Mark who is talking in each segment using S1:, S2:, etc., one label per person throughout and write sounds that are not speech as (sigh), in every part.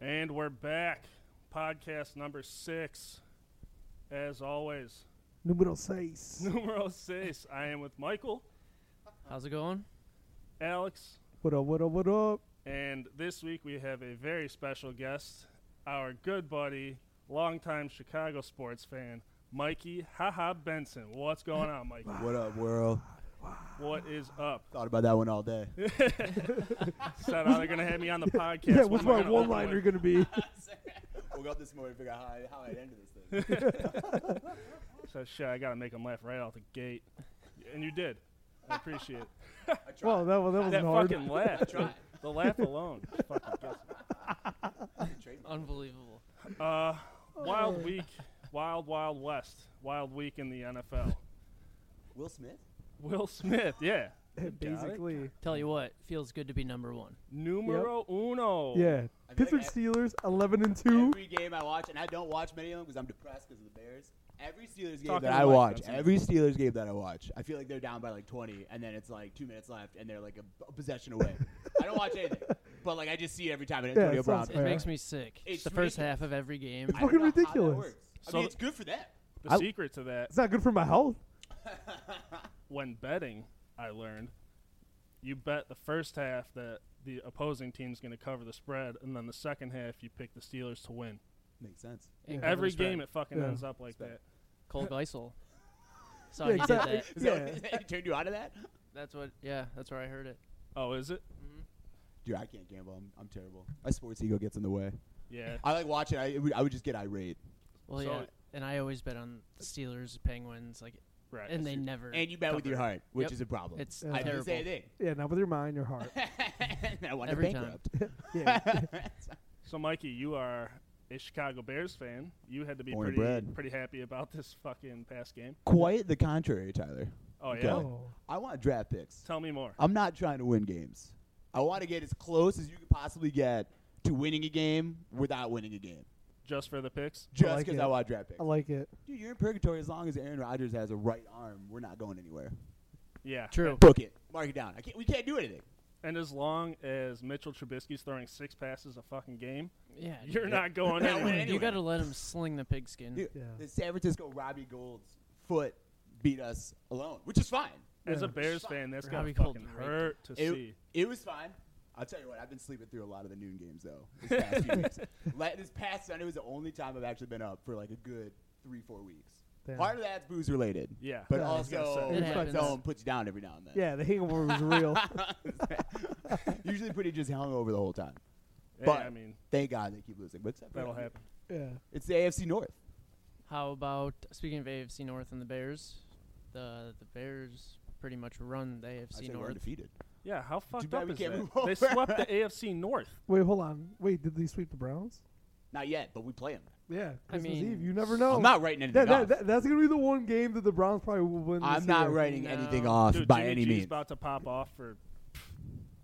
S1: And we're back. Podcast number six. As always, (laughs)
S2: Numero seis.
S1: numero seis. I am with Michael,
S3: How's it going?
S1: Alex,
S2: What up, what up, what up?
S1: and this week we have a very special guest, our good buddy, longtime Chicago sports fan, Mikey Haha Benson. What's going on,
S2: (laughs)
S1: Mikey?
S4: What up, world?
S1: What is up?
S4: Thought about that one
S2: (laughs)
S4: all day.
S1: Said how they're going to have me on the podcast.
S2: yeah,
S1: What
S2: what's
S1: am I
S2: my
S1: gonna
S2: one
S1: open
S2: liner
S1: with?
S2: going to be? (laughs)
S4: Woke up this morning to figure out how I, how I ended
S2: (laughs)
S4: this thing.
S1: So, shit, I got to make him laugh right out the gate. And you did. I appreciate it.
S4: I tried.
S2: well, Oh, that, wa- that wasn't
S1: that
S2: hard. (laughs)
S1: fucking laugh. The laugh alone. fucking gets me.
S3: Unbelievable.
S1: Uh,
S2: Oh.
S1: wild week, wild, wild west, wild week in the NFL.
S4: Will Smith?
S1: Will Smith, yeah,
S2: Basically,
S3: Tell you what, feels good to be number one.
S1: numero uno.
S2: yeah.
S4: I feel
S2: Pittsburgh
S4: like
S2: Steelers, 11 and 2.
S4: Every game I watch, and I don't watch many of them because I'm depressed because of the Bears. Every Steelers game
S1: Talking
S4: that I
S1: to Mike,
S4: watch,
S1: that's it.
S4: every Steelers game that I watch, I feel like they're down by like 20, and then it's like two minutes left, and they're like a, a possession away. I don't
S2: (laughs)
S4: watch anything, but like I just see it every time. And
S2: Yeah,
S4: Antonio
S2: it
S4: Brown.
S2: sounds
S3: It
S2: fair.
S3: makes me sick.
S4: It's
S3: the first
S4: ridiculous.
S3: half of every game.
S4: Oh, I don't
S2: Fucking
S4: know how that
S2: ridiculous.
S4: works. I
S1: So-
S4: mean, it's good for them.
S1: The
S2: I-
S1: secret to that,
S2: It's not good for my health.
S1: when betting, I learned, you bet the first half that the opposing team's going to cover the spread, and then the second half you pick the Steelers to win.
S4: Makes (laughs) sense.
S3: and cover
S1: Every
S3: the spread.
S1: game it fucking
S2: Yeah.
S1: ends up like that.
S3: Cole Geisel.
S2: Yeah,
S3: So he
S2: exactly.
S3: did that.
S4: Is
S2: Yeah.
S4: that, turned (laughs) you out of that?
S3: That's what. Yeah, that's where I heard it.
S1: Oh, is it?
S4: Dude, I can't gamble. I'm, I'm terrible. My sports ego gets in the way.
S1: Yeah.
S4: I like watching. I, it would- I would just get irate.
S3: Well,
S1: So-
S3: yeah, and I always bet on Steelers, Penguins, like,
S1: Right.
S3: and they never.
S4: And you bet with
S3: cover.
S4: your heart, which
S3: Yep.
S4: is a problem.
S3: It's
S2: Yeah.
S4: I do
S3: terrible.
S4: the same thing.
S2: Yeah, not with your mind, your heart. (laughs)
S4: (laughs) and I want
S3: Every time.
S4: bankrupt. (laughs)
S2: Yeah.
S1: So, Mikey, you are a Chicago Bears fan. You had to be
S4: Born and
S1: pretty,
S4: bred.
S1: pretty happy about this fucking past game.
S4: Quite the contrary, Tyler.
S1: Oh, yeah?
S4: Okay.
S2: Oh.
S4: I want draft picks.
S1: Tell me more.
S4: I'm not trying to win games. I want to get as close as you can possibly get to winning a game without winning a game.
S1: Just for the picks?
S4: Just
S2: like
S4: because
S2: it.
S4: I, want draft picks.
S2: I like it.
S4: Dude, you're in purgatory as long as Aaron Rodgers has a right arm. We're not going anywhere.
S1: Yeah.
S3: True.
S4: Book it. Mark it down. I can't, we can't do anything.
S1: And as long as Mitchell Trubisky's throwing six passes a fucking game,
S3: Yeah.
S1: you're
S3: (laughs) dude.
S1: not
S2: (laughs)
S1: going
S4: Yeah,
S1: anywhere.
S4: anyway.
S3: You gotta let him sling the pigskin.
S4: Dude,
S2: Yeah.
S4: the San Francisco Robbie Gold's foot beat us alone, which is fine.
S1: As
S2: (laughs)
S1: a
S2: Yeah.
S1: Bears fan, that's gonna
S3: Robbie
S1: fucking
S3: Colton, right?
S1: hurt to see.
S4: It, it was fine. I'll tell you what, I've been sleeping through a lot of the noon games though. This past,
S2: (laughs)
S4: few weeks. La- this past Sunday was the only time I've actually been up for like a good three, four weeks.
S2: Damn.
S4: Part of that's booze related.
S1: Yeah.
S4: But
S2: Yeah, I was
S4: also,
S3: say. It
S4: my
S3: happens.
S4: phone puts you down every now and then.
S2: Yeah, the hangover was real.
S4: (laughs)
S2: (laughs)
S4: Usually pretty just hungover the whole time.
S1: Yeah,
S4: but
S1: I mean,
S4: thank God they keep losing. But except for
S1: that'll
S4: them,
S1: happen.
S2: yeah.
S4: It's the AFC North.
S3: How about speaking of AFC North and the Bears, the the Bears pretty much run the
S4: I
S3: AFC
S4: say we're
S3: North.
S4: undefeated.
S1: Yeah, how fucked
S4: bad
S1: up
S4: we
S1: is
S4: can't
S1: that?
S4: move
S1: They
S4: over.
S1: swept the AFC
S4: (laughs)
S1: North.
S2: Wait, hold on. Wait, did they sweep the Browns?
S4: Not yet, but we play them.
S2: Yeah.
S3: I
S2: Christmas
S3: mean,
S2: Eve. You never know.
S4: I'm not writing anything
S2: Oh. that, that,
S4: off.
S2: that, that's going to be the one game that the Browns probably will win. this
S4: I'm not
S2: year.
S4: writing
S3: No.
S4: anything off
S1: Dude,
S4: by
S1: Jimmy
S4: any
S1: G's
S4: means.
S1: about to pop off for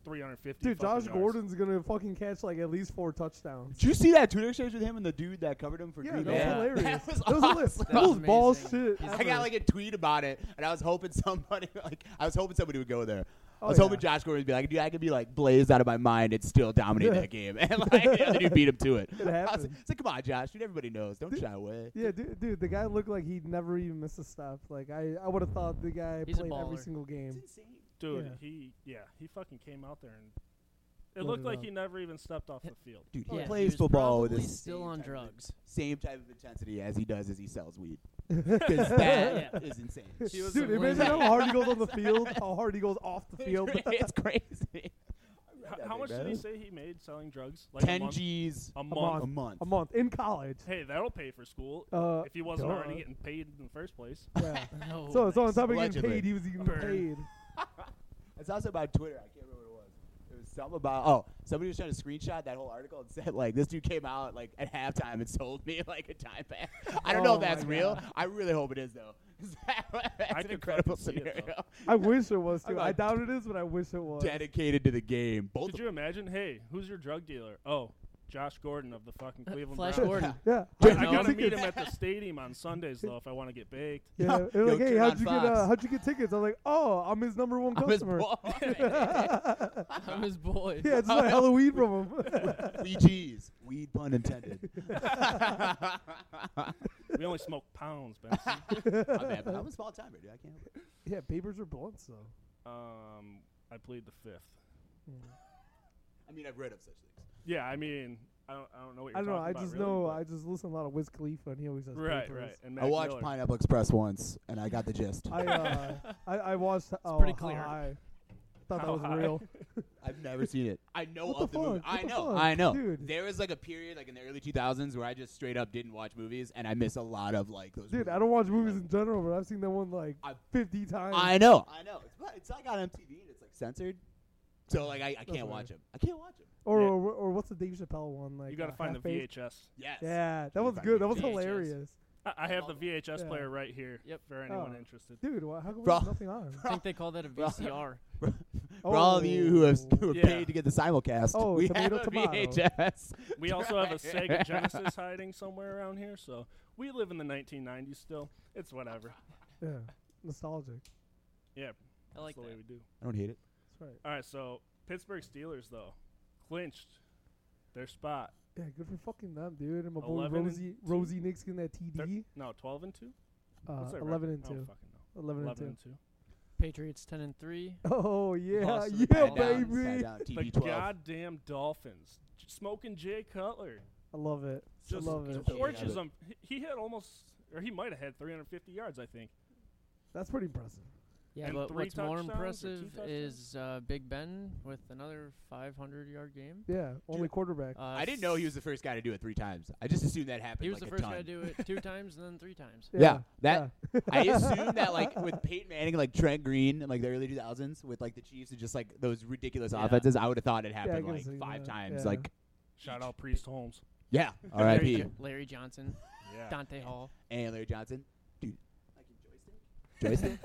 S1: 350.
S2: Dude,
S1: fucking
S2: Josh
S1: yards.
S2: Gordon's going to fucking catch like at least four touchdowns.
S4: Did you see that Twitter exchange with him and the dude that covered him for
S2: Yeah,
S4: Green
S2: that
S3: was
S4: Bay?
S2: hilarious.
S4: (laughs) That
S2: That
S4: was
S2: was hilarious.
S4: awesome.
S3: That was
S2: Most ball
S3: amazing.
S2: shit.
S3: He's-
S4: (laughs) I
S2: ever.
S4: got like a tweet about it, and I was hoping (laughs) somebody like I was hoping somebody would go there.
S2: Oh,
S4: I was hoping Josh Gordon would be like, dude, I could be like blazed out of my mind and still dominate
S2: Yeah.
S4: (laughs) that game, and like the other dude beat him to (laughs) it.
S2: It
S4: I was,
S2: happened.
S4: it's like, come on, Josh, dude, everybody knows. Don't shy away.
S2: Yeah, dude, dude, the guy looked like he'd never even missed a step. Like I, I would have thought the guy
S3: He's a
S2: played every
S3: baller.
S2: single game.
S4: (laughs)
S2: (laughs)
S1: Dude,
S2: Yeah.
S1: he yeah, he fucking came out there and it
S2: Lit
S1: looked
S2: it
S1: like
S2: up.
S1: he never even stepped off the field.
S4: Dude, he
S3: Yeah,
S4: plays
S3: was
S4: football with
S3: probably
S4: the
S3: still
S4: same
S3: on
S4: type of-
S3: drugs.
S4: same type of intensity as he does as he sells (laughs) weed. Because that is (laughs) insane.
S1: He was
S2: Dude,
S1: a
S2: imagine
S1: loser.
S2: how hard he goes on the field, how hard he goes off the field.
S4: (laughs) it's crazy.
S1: How, how much did he say he made selling drugs? Like a
S4: Ten
S1: month?
S4: G's
S1: A month.
S2: month.
S4: a month.
S2: (laughs) a month in college.
S1: Hey, that'll pay for school.
S2: Uh,
S1: if he wasn't
S2: duh.
S1: already getting paid in the first place.
S2: yeah.
S3: (laughs) No,
S2: so it's on top of getting
S4: Allegedly.
S2: paid, he was even
S1: Burn.
S2: paid.
S4: It's also about Twitter. I can't remember what it was. It was something about oh, somebody was trying to screenshot that whole article and said like this dude came out like at halftime and (laughs) sold me like a time pass. I don't know
S2: Oh
S4: if that's
S2: my
S4: real. I really hope it is though. (laughs) that's
S1: could
S4: an incredible
S1: fucking see it, though.
S4: scenario.
S2: I wish it was
S4: I'm
S2: too. I
S4: like-
S2: doubt it is, but I wish it was.
S4: (laughs) Dedicated to the game. Both
S1: Could
S4: of
S1: you imagine? Hey, who's your drug dealer? Oh, Josh Gordon of the fucking
S2: Uh,
S1: Cleveland
S3: Uh, Flash
S1: Browns.
S3: Gordon.
S2: Yeah.
S1: I,
S4: Dude,
S1: I
S4: no.
S1: gotta meet
S2: tickets.
S1: him at the stadium on Sundays though if I want to get baked.
S2: Yeah,
S4: Yo,
S2: they were like,
S4: yo,
S2: hey,
S4: turn
S2: how'd
S4: on
S2: you get uh,
S4: Fox."
S2: how'd you get tickets? I'm like, oh, I'm his number one
S4: I'm his
S2: customer.
S4: boy.
S1: (laughs)
S2: (laughs)
S3: I'm his boy.
S2: yeah, it's my Halloween from him.
S4: We G's. Weed
S1: (laughs)
S4: pun intended. (laughs)
S1: We only smoke
S2: (laughs)
S1: pounds, Benson.
S4: My bad, but I'm a small timer, dude. I can't. help it.
S2: yeah, papers are blunts though.
S1: um, I plead the fifth.
S4: I mean, I've read of such things.
S1: Yeah, I mean, I don't, I don't know what you're
S2: I don't know.
S1: talking
S2: I
S1: about,
S2: just
S1: really,
S2: know.
S1: but-
S2: I just listen to a lot of Wiz Khalifa, and he always says
S1: right,
S2: papers.
S1: right. And
S4: I
S1: Mac
S4: watched
S1: Miller.
S4: Pineapple Express once, and I got the gist.
S2: (laughs) I uh, I, I watched. oh,
S3: pretty
S2: How
S3: clear.
S2: High. Thought
S1: How
S2: that was
S1: High.
S2: real.
S1: (laughs)
S4: I've never seen it. I know
S2: What
S4: of
S2: the
S4: the, movie.
S2: fuck?
S4: I
S2: What the
S4: know.
S2: fuck?
S4: I know.
S2: Dude.
S4: There was like a period, like in the early 2000s, where I just straight up didn't watch movies, and I miss a lot of like those.
S2: Dude,
S4: movies.
S2: I don't watch movies in general, but I've seen that one like
S4: I-
S2: 50 times.
S4: I know. I know. It's, but it's like on MTV and it's like censored, so like I, I
S2: Doesn't
S4: can't watch them. I can't watch them.
S2: or,
S1: Yeah.
S2: or or what's the Dave Chappelle one like?
S1: you gotta
S2: uh,
S1: find the
S2: Half-Baked?
S1: VHS.
S4: Yes.
S2: Yeah, that
S4: You
S2: was
S4: gotta
S2: good.
S4: find
S2: That was
S4: VHS.
S2: hilarious.
S1: I, I have the VHS
S2: Yeah.
S1: player right here.
S3: Yep.
S1: For anyone
S2: Oh.
S1: interested.
S2: Dude, why, how come
S4: Bro.
S2: there's
S1: (laughs)
S2: nothing on?
S3: I think they call that a VCR.
S4: For all of you who have who are
S1: Yeah.
S4: paid to get the simulcast,
S2: Oh,
S4: we
S2: tomato,
S4: have a
S2: tomato.
S4: VHS.
S1: We also have a
S2: (laughs)
S1: Sega Genesis hiding somewhere around here, so we live in the 1990s still. It's whatever.
S2: Yeah, nostalgic.
S1: Yeah,
S3: I like
S1: that's the way
S3: that.
S1: we do.
S4: I don't hate it.
S2: That's right.
S1: All right, so Pittsburgh Steelers though clinched their spot.
S2: Yeah, good for fucking them, dude. And my boy
S1: 11 and
S2: Rosie Rosie Nick's getting that TD.
S1: No, 12 and two.
S2: Uh,
S1: What's their
S2: 11 Uh, and
S1: record? I don't
S2: 2.
S1: fucking know.
S2: 11 and
S1: 11
S2: 2.
S1: and two.
S3: Patriots 10 and 3.
S2: (laughs) Oh yeah,
S3: Lost to the
S2: yeah,
S3: Patriots.
S4: Side
S2: baby.
S4: down, side down,
S1: The
S4: TV 12.
S1: goddamn Dolphins J- smoking Jay Cutler.
S2: I love it.
S1: Just
S2: I love it.
S4: just a-
S1: torches
S4: Yeah.
S1: him. He- He had almost, or he might have had 350 yards, I think.
S2: That's pretty impressive.
S3: Yeah,
S1: And
S3: but
S1: three
S3: what's more
S1: touchdowns or two
S3: impressive
S1: touchdowns?
S3: is uh, Big Ben with another 500 yard game.
S2: Yeah, only quarterback.
S3: Uh,
S4: I didn't know he was the first guy to do it three times. I just assumed that happened.
S3: He was
S4: like
S3: the
S4: a
S3: first
S4: ton.
S3: guy to do it two (laughs) times and then three times.
S4: Yeah, that I assume that like with Peyton Manning, like Trent Green, and like the early 2000s, with like the Chiefs and just like those ridiculous
S3: Yeah.
S4: offenses, I would have thought it
S2: I
S4: happened
S2: can
S4: like
S2: see
S4: five
S2: that.
S4: times.
S2: Yeah.
S4: Like
S1: Shout out Priest Holmes.
S2: (laughs)
S4: yeah,
S3: Larry,
S4: R.I.P.
S3: Jo- Larry Johnson,
S1: Yeah.
S3: Dante Hall.
S4: (laughs) and Larry Johnson, dude. Joystick?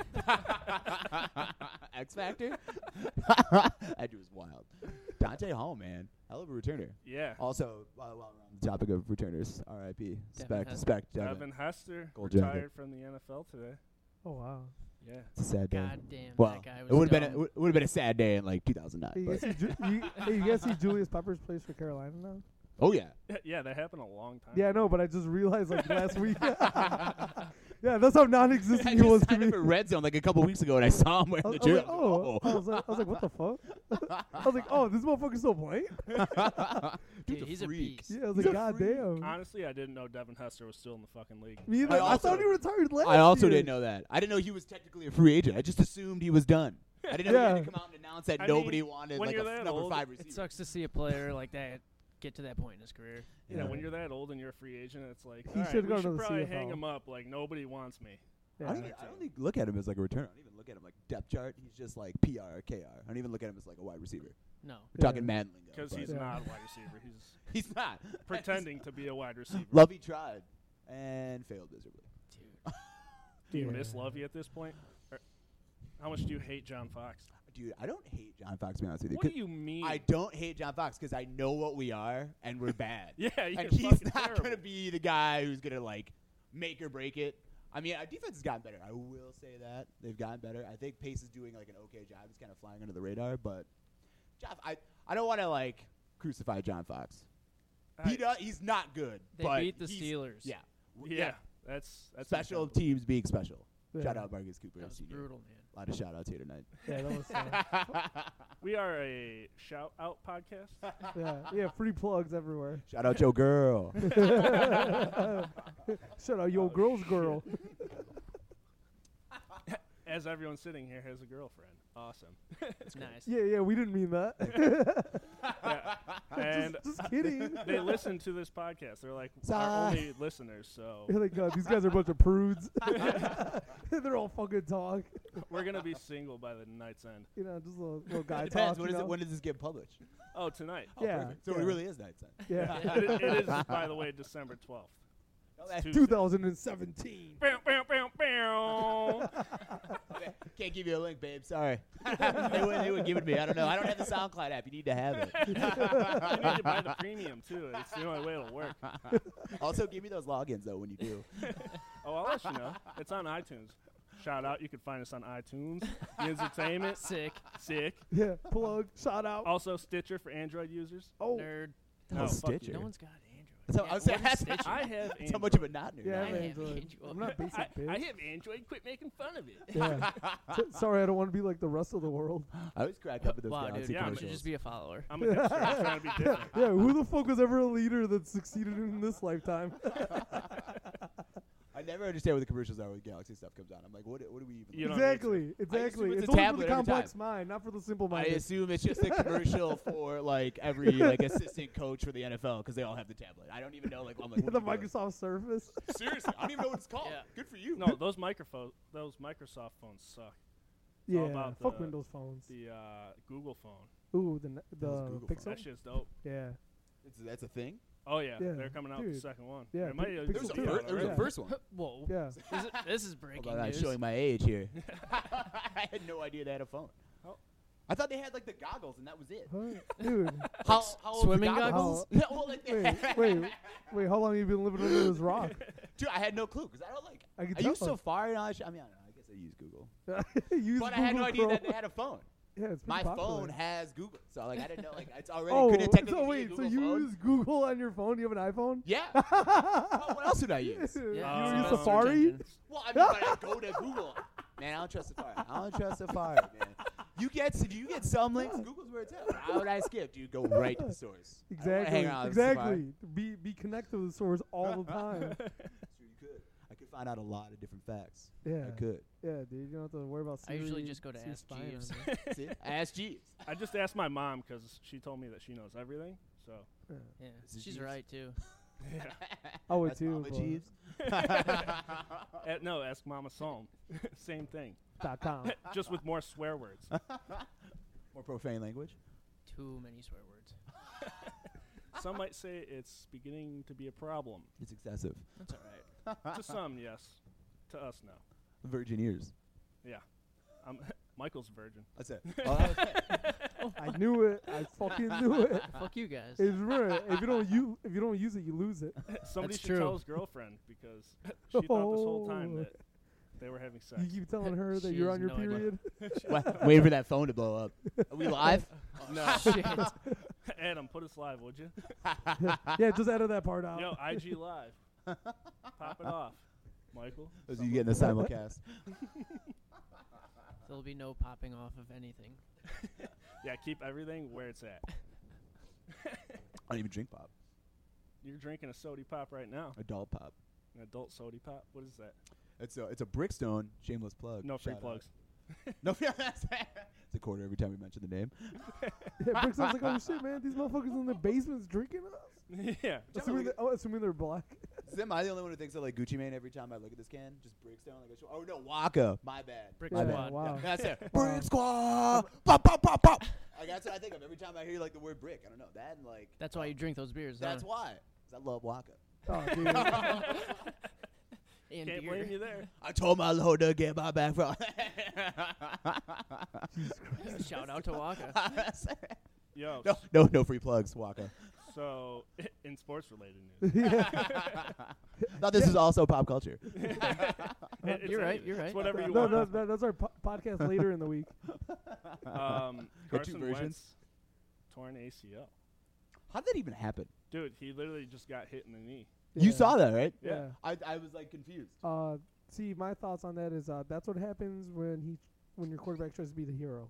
S4: (laughs) X Factor? that dude was wild. Dante Hall, man. Hell of a returner.
S1: (laughs) Yeah.
S4: Also, uh, while while we're on the topic of returners, RIP. Spec,
S3: Hester.
S4: spec, Devin.
S1: Devin Hester
S4: Gold jacket.
S1: retired from the NFL today.
S2: Oh wow.
S1: Yeah. (laughs)
S4: It's a sad day.
S3: God damn,
S4: well,
S3: that guy was
S4: it would have been
S3: dumb.
S4: a, it would have been a sad day in like 2009.
S2: Hey, you, guys
S4: but-
S2: see Ju- you, hey, you guys see Julius Peppers plays for Carolina now?
S4: oh yeah,
S1: Yeah, that happened a long time.
S2: Yeah, I know, but I just realized like last
S4: (laughs)
S2: week. (laughs) yeah, that's how non-existent
S4: I
S2: he was
S4: just
S2: to
S4: signed
S2: me.
S4: him for Red Zone like a couple weeks ago, and I saw him
S2: I
S4: wearing
S2: was,
S4: the
S2: I was like,
S4: jersey.
S2: oh, I was like, I was like, what the fuck? (laughs) I was like, oh, this motherfucker's still playing.
S3: Dude, he's a
S4: freak.
S3: beast.
S2: Yeah, I was
S4: He's
S2: like,
S4: a
S2: god
S4: freak.
S2: damn.
S1: Honestly, I didn't know Devin Hester was still in the fucking league.
S2: Me either.
S4: I
S2: I,
S4: also-
S2: thought he retired last.
S4: I also
S2: year.
S4: didn't know that. I didn't know he was technically a free agent. I just assumed he was done. I didn't know he
S2: Yeah.
S4: had to come out and announce that
S1: I
S4: nobody
S1: mean,
S4: wanted
S1: when
S4: like a
S1: you're
S4: f-
S1: that
S4: number
S1: old,
S4: five
S3: It
S4: receiver.
S3: sucks to see a player like that get to that point in his career.
S1: You know, when you're that old and you're a free agent, it's like
S2: He
S1: all right,
S2: should've
S1: we
S2: gone to
S1: should
S2: the
S1: probably hang
S2: CFL.
S1: him up. Like nobody wants me.
S4: I
S2: Yeah.
S4: don't, e, I don't even look at him as like a returner. I don't even look at him like depth chart. He's just like PR or KR. I don't even look at him as like a wide receiver. We're
S3: No.
S2: Yeah.
S4: talking man lingo.
S1: Because
S4: but-
S1: he's
S2: Yeah.
S1: not a wide receiver. He's
S4: (laughs) he's not (laughs)
S1: pretending to be a wide
S2: (laughs)
S1: receiver.
S4: Lovey tried and failed miserably.
S3: Dude.
S4: (laughs)
S1: Do you
S2: Yeah.
S1: miss Lovey at this point? Or how much do you hate John Fox?
S4: Dude, I don't hate John Fox. To be honest with you,
S1: What do
S4: 'cause
S1: you mean?
S4: I don't hate John Fox because I know what we are and we're bad.
S1: (laughs) yeah, you're
S4: and he's
S1: fucking
S4: not
S1: terrible.
S4: gonna be the guy who's gonna like make or break it. I mean, our defense has gotten better. I will say that they've gotten better. I think Pace is doing like an okay job. He's kind of flying under the radar, but John, I I don't want to like crucify John Fox.
S1: I-
S4: he does, he's not good.
S3: They
S4: but
S3: beat the
S4: he's-
S3: Steelers.
S4: Yeah,
S1: yeah, that's that's
S4: Special
S1: incredible.
S4: teams being special.
S2: Yeah.
S4: Shout out Marcus Cooper.
S3: That was
S4: Senior.
S3: brutal, man.
S4: A lot of shout outs here tonight.
S2: Yeah, that was. Uh,
S1: We are a shout out
S4: (laughs)
S1: podcast.
S2: yeah, yeah, free plugs everywhere.
S4: shout out your girl.
S2: (laughs) Shut out, yo,
S1: Oh,
S2: girls,
S1: shit.
S2: girl.
S1: As everyone sitting here has a girlfriend. Awesome.
S3: Nice.
S2: Yeah, yeah, we didn't mean that.
S1: Yeah. (laughs) and
S2: just, just kidding.
S1: (laughs) they listen to this podcast. They're like our
S4: Sigh.
S1: only listeners, so
S2: (laughs) You're like, God, these guys are a bunch of
S1: (laughs)
S2: prudes. (laughs) They're all fucking talk.
S1: we're gonna be single by the night's end.
S2: You know, just little, little guy
S4: It
S2: talk.
S4: depends. When
S2: you
S4: is
S2: know?
S4: it? When (laughs) does this get published?
S1: Oh, tonight.
S4: Oh,
S2: Yeah,
S4: perfect. So
S2: yeah.
S4: it really is nighttime.
S2: yeah.
S1: it, it is, by the way, December twelfth.
S4: No, that's- (laughs)
S2: 2017.
S1: Bow, bow, bow, bow.
S4: okay, Can't give you a link, babe. Sorry. (laughs) they, would, they would give it to me. I don't know. I don't have the SoundCloud app. You need to have
S3: (laughs)
S4: (laughs)
S1: you need to buy the
S4: it.
S1: premium too. It's the only way it'll work.
S4: also, give me those logins though when you do.
S1: Oh, I'll let you know. It's on iTunes. Shout out. You can find us on iTunes. Entertainment.
S3: Sick.
S1: Sick.
S2: (laughs) Yeah, plug, shout out.
S1: Also Stitcher for Android users.
S2: Oh,
S3: Nerd.
S1: No,
S4: Oh,
S1: fuck you.
S4: Stitcher.
S3: No one's got Android.
S4: So
S3: Yeah,
S4: (laughs) I was saying,
S3: what is
S4: that's,
S3: Stitcher?
S1: I have.
S4: that's how much of a not nerd.
S2: yeah,
S3: I
S2: I have
S3: have
S2: Android.
S3: (laughs) Android.
S2: I'm not basic, bitch.
S1: I have Android. Quit making fun of it.
S4: (laughs)
S2: yeah. S- Sorry, I don't want to be like the rest of the world.
S4: I always crack up at those
S3: Wow, dude.
S4: Galaxy
S1: yeah,
S3: Yeah,
S1: I'm
S3: you should
S4: commercials.
S3: just be a follower.
S1: I'm a hipster. I'm trying to be different.
S2: Yeah, who the fuck was ever a leader that succeeded in this lifetime?
S4: I never understand what the commercials are when Galaxy stuff comes on. I'm like, what, what do we even?
S1: You
S4: look
S1: know,
S4: at?
S2: exactly,
S4: to. I
S2: exactly.
S4: assume
S2: It's,
S4: it's
S2: only for
S4: a tablet
S2: the
S4: every
S2: complex
S4: time.
S2: mind, not for the simple
S4: I
S2: minded.
S4: assume it's just a commercial
S3: (laughs)
S4: for like every like assistant coach for the NFL because they all have the tablet. I don't even know. Like, I'm like,
S2: (laughs)
S4: what
S2: the
S4: are we doing?
S2: Microsoft Surface.
S4: Seriously, I don't even know what it's called.
S3: Yeah.
S4: Good for you.
S1: No, those microphones, those Microsoft phones suck. all
S2: Yeah,
S1: about
S2: fuck
S1: the-
S2: Windows phones.
S1: The uh, Google phone,
S2: Ooh, the ne- the
S4: was Google phone.
S2: Pixel.
S1: that shit's dope.
S2: Yeah,
S4: It's- that's a thing.
S1: Oh yeah,
S2: Yeah,
S1: they're coming out with the
S2: dude.
S1: second one.
S2: Yeah,
S1: They might
S2: Pixel
S1: even
S4: There was, a,
S1: be
S2: two.
S1: out
S4: fir- there was
S1: already.
S4: a first one.
S3: (laughs) Whoa.
S2: yeah.
S3: This is, this is
S4: Oh,
S3: breaking
S4: God, I'm
S3: news.
S4: showing my age here. (laughs) I had no idea they had a phone.
S1: Oh.
S4: I thought they had like the goggles and that was it.
S2: Huh? Dude,
S4: How,
S3: s-
S4: how old's the
S3: swimming
S2: goggles?
S4: goggles? Yeah, (laughs) well, like,
S2: wait, wait, wait. How long have you been living under
S1: (laughs)
S2: this rock?
S4: dude, I had no clue because I don't like.
S2: I can
S4: I
S2: tell.
S4: use Safari and all that shit. I mean, I don't know. I guess I use Google,
S2: (laughs) Use
S4: but I had no
S2: Google
S4: idea that
S2: Chrome.
S4: they had a phone.
S2: yeah, it's pretty
S4: My
S2: popular.
S4: phone has Google, so like I didn't know. Like it's already.
S2: Oh,
S4: could it technically
S2: so
S4: be a
S2: wait, so
S4: Google
S2: you
S4: phone?
S2: use Google on your phone? Do you have an iPhone?
S4: Yeah.
S2: (laughs)
S4: Oh, what else did I
S2: Yeah.
S4: use?
S3: Yeah,
S1: You
S3: it's
S1: use
S3: the best search
S2: Safari?
S3: engine.
S4: Well, I mean, but I go to
S2: (laughs)
S4: Google. Man, I don't trust Safari. I don't trust Safari, man. You get you get some links. Google's where it's at. Why would I skip? Dude, go right to the source. I don't wanna
S2: Exactly.
S4: Hang around with Safari.
S2: exactly. Be be connected with the source all the time.
S4: (laughs) Sure, you could. I could find out a lot of different facts.
S2: Yeah.
S4: I could.
S2: Yeah, dude. You don't have to worry about.
S3: I usually
S2: Siri-
S3: just go to
S2: Siri
S3: Ask
S2: spying on
S3: Jeeves.
S2: me.
S4: (laughs)
S2: (laughs)
S4: See? I asked Jeeves.
S1: I just asked my mom because she told me that she knows everything. So
S3: Yeah,
S4: This is
S3: she's
S4: Jeeves.
S3: right too.
S4: (laughs)
S2: I would
S4: That's
S2: Oh, too,
S4: Mama
S2: but- (laughs)
S4: Jeeves.
S1: (laughs)
S4: (laughs)
S1: Eh, no, ask Mama Psalm. (laughs) Same thing,
S2: Dot
S4: (laughs)
S2: com.
S1: just with more swear words.
S4: More profane language.
S3: Too many swear words.
S1: Some might say it's beginning to be a problem.
S4: It's excessive.
S3: That's all
S4: (laughs)
S3: right.
S1: To some, yes. To us, no.
S4: Virgin ears.
S1: Yeah, I'm (laughs) Michael's a virgin.
S4: That's
S2: (laughs)
S4: it. Oh, that was it.
S2: I knew it. I fucking knew it.
S3: Fuck you guys. (laughs)
S2: It's real. If you don't you if you don't use it, you lose it.
S1: Somebody
S3: That's
S1: should tell
S3: true.
S1: his girlfriend because she thought this whole time
S2: Oh.
S1: that they were having sex.
S2: You keep telling her that
S3: She
S2: you're
S3: has
S2: on your
S3: no idea.
S2: period.
S4: Wa- Wait for that phone to blow up. Are we live?
S1: (laughs)
S2: (laughs)
S1: No,
S3: (laughs) Shit.
S1: Adam, put us live, would you?
S2: yeah, just edit that part out.
S1: Yo, IG live, pop it off, Michael.
S4: Those of you getting the simulcast.
S3: There'll be no popping off of anything.
S1: Yeah, keep everything where it's at.
S4: I don't even drink pop.
S1: You're drinking a sody pop right now.
S4: Adult pop.
S1: An adult sody pop. What is that?
S4: It's a it's a Brickstone shameless plug.
S1: No free
S4: Shout out.
S1: plugs. (laughs)
S4: (laughs) No, free- it's a quarter every time we mention the name.
S2: (laughs) Yeah, Brooks was like, oh shit, man, these motherfuckers in the basements drinking us.
S1: yeah.
S2: Assuming, they, oh, assuming they're black.
S4: Is am I the only one who thinks of like Gucci Mane every time I look at this can? Just Brickstone. Like I show, oh no, Waka. My bad.
S3: Brick
S4: My
S2: Yeah,
S3: squad.
S2: wow.
S4: That's it.
S2: Wow.
S4: (laughs) Brick squad. Pop pop pop pop. Like that's what I think of every time I hear like the word brick. I don't know that and like
S3: That's why you drink those beers.
S4: that's
S3: huh?
S4: why. 'Cause I love Waka.
S2: Oh, (laughs) dude.
S3: And
S1: Can't
S3: beer.
S1: blame you
S3: (laughs)
S1: there.
S4: I told my load to get my back from.
S3: (laughs) Shout
S4: (laughs)
S3: out to Waka.
S1: Yo.
S4: (laughs) no, no, no free plugs, Waka.
S1: So, (laughs) in sports related
S2: (laughs)
S1: news, (laughs)
S4: Now this is also pop culture.
S1: It- it's
S3: You're right,
S1: any-
S3: you're
S1: It's
S3: right.
S1: whatever you
S2: no,
S1: want.
S2: no,
S1: (laughs)
S2: that, that's our po- podcast later in the week.
S1: Um,
S4: Got two
S1: Carson
S4: versions.
S1: Wentz torn ACL.
S4: How did that even happen?
S1: Dude, he literally just got hit in the knee.
S4: You
S2: Yeah.
S4: saw that, right?
S2: Yeah.
S4: I, I was like confused.
S2: Uh, see, my thoughts on that is uh, that's what happens when he when your quarterback tries to be the hero.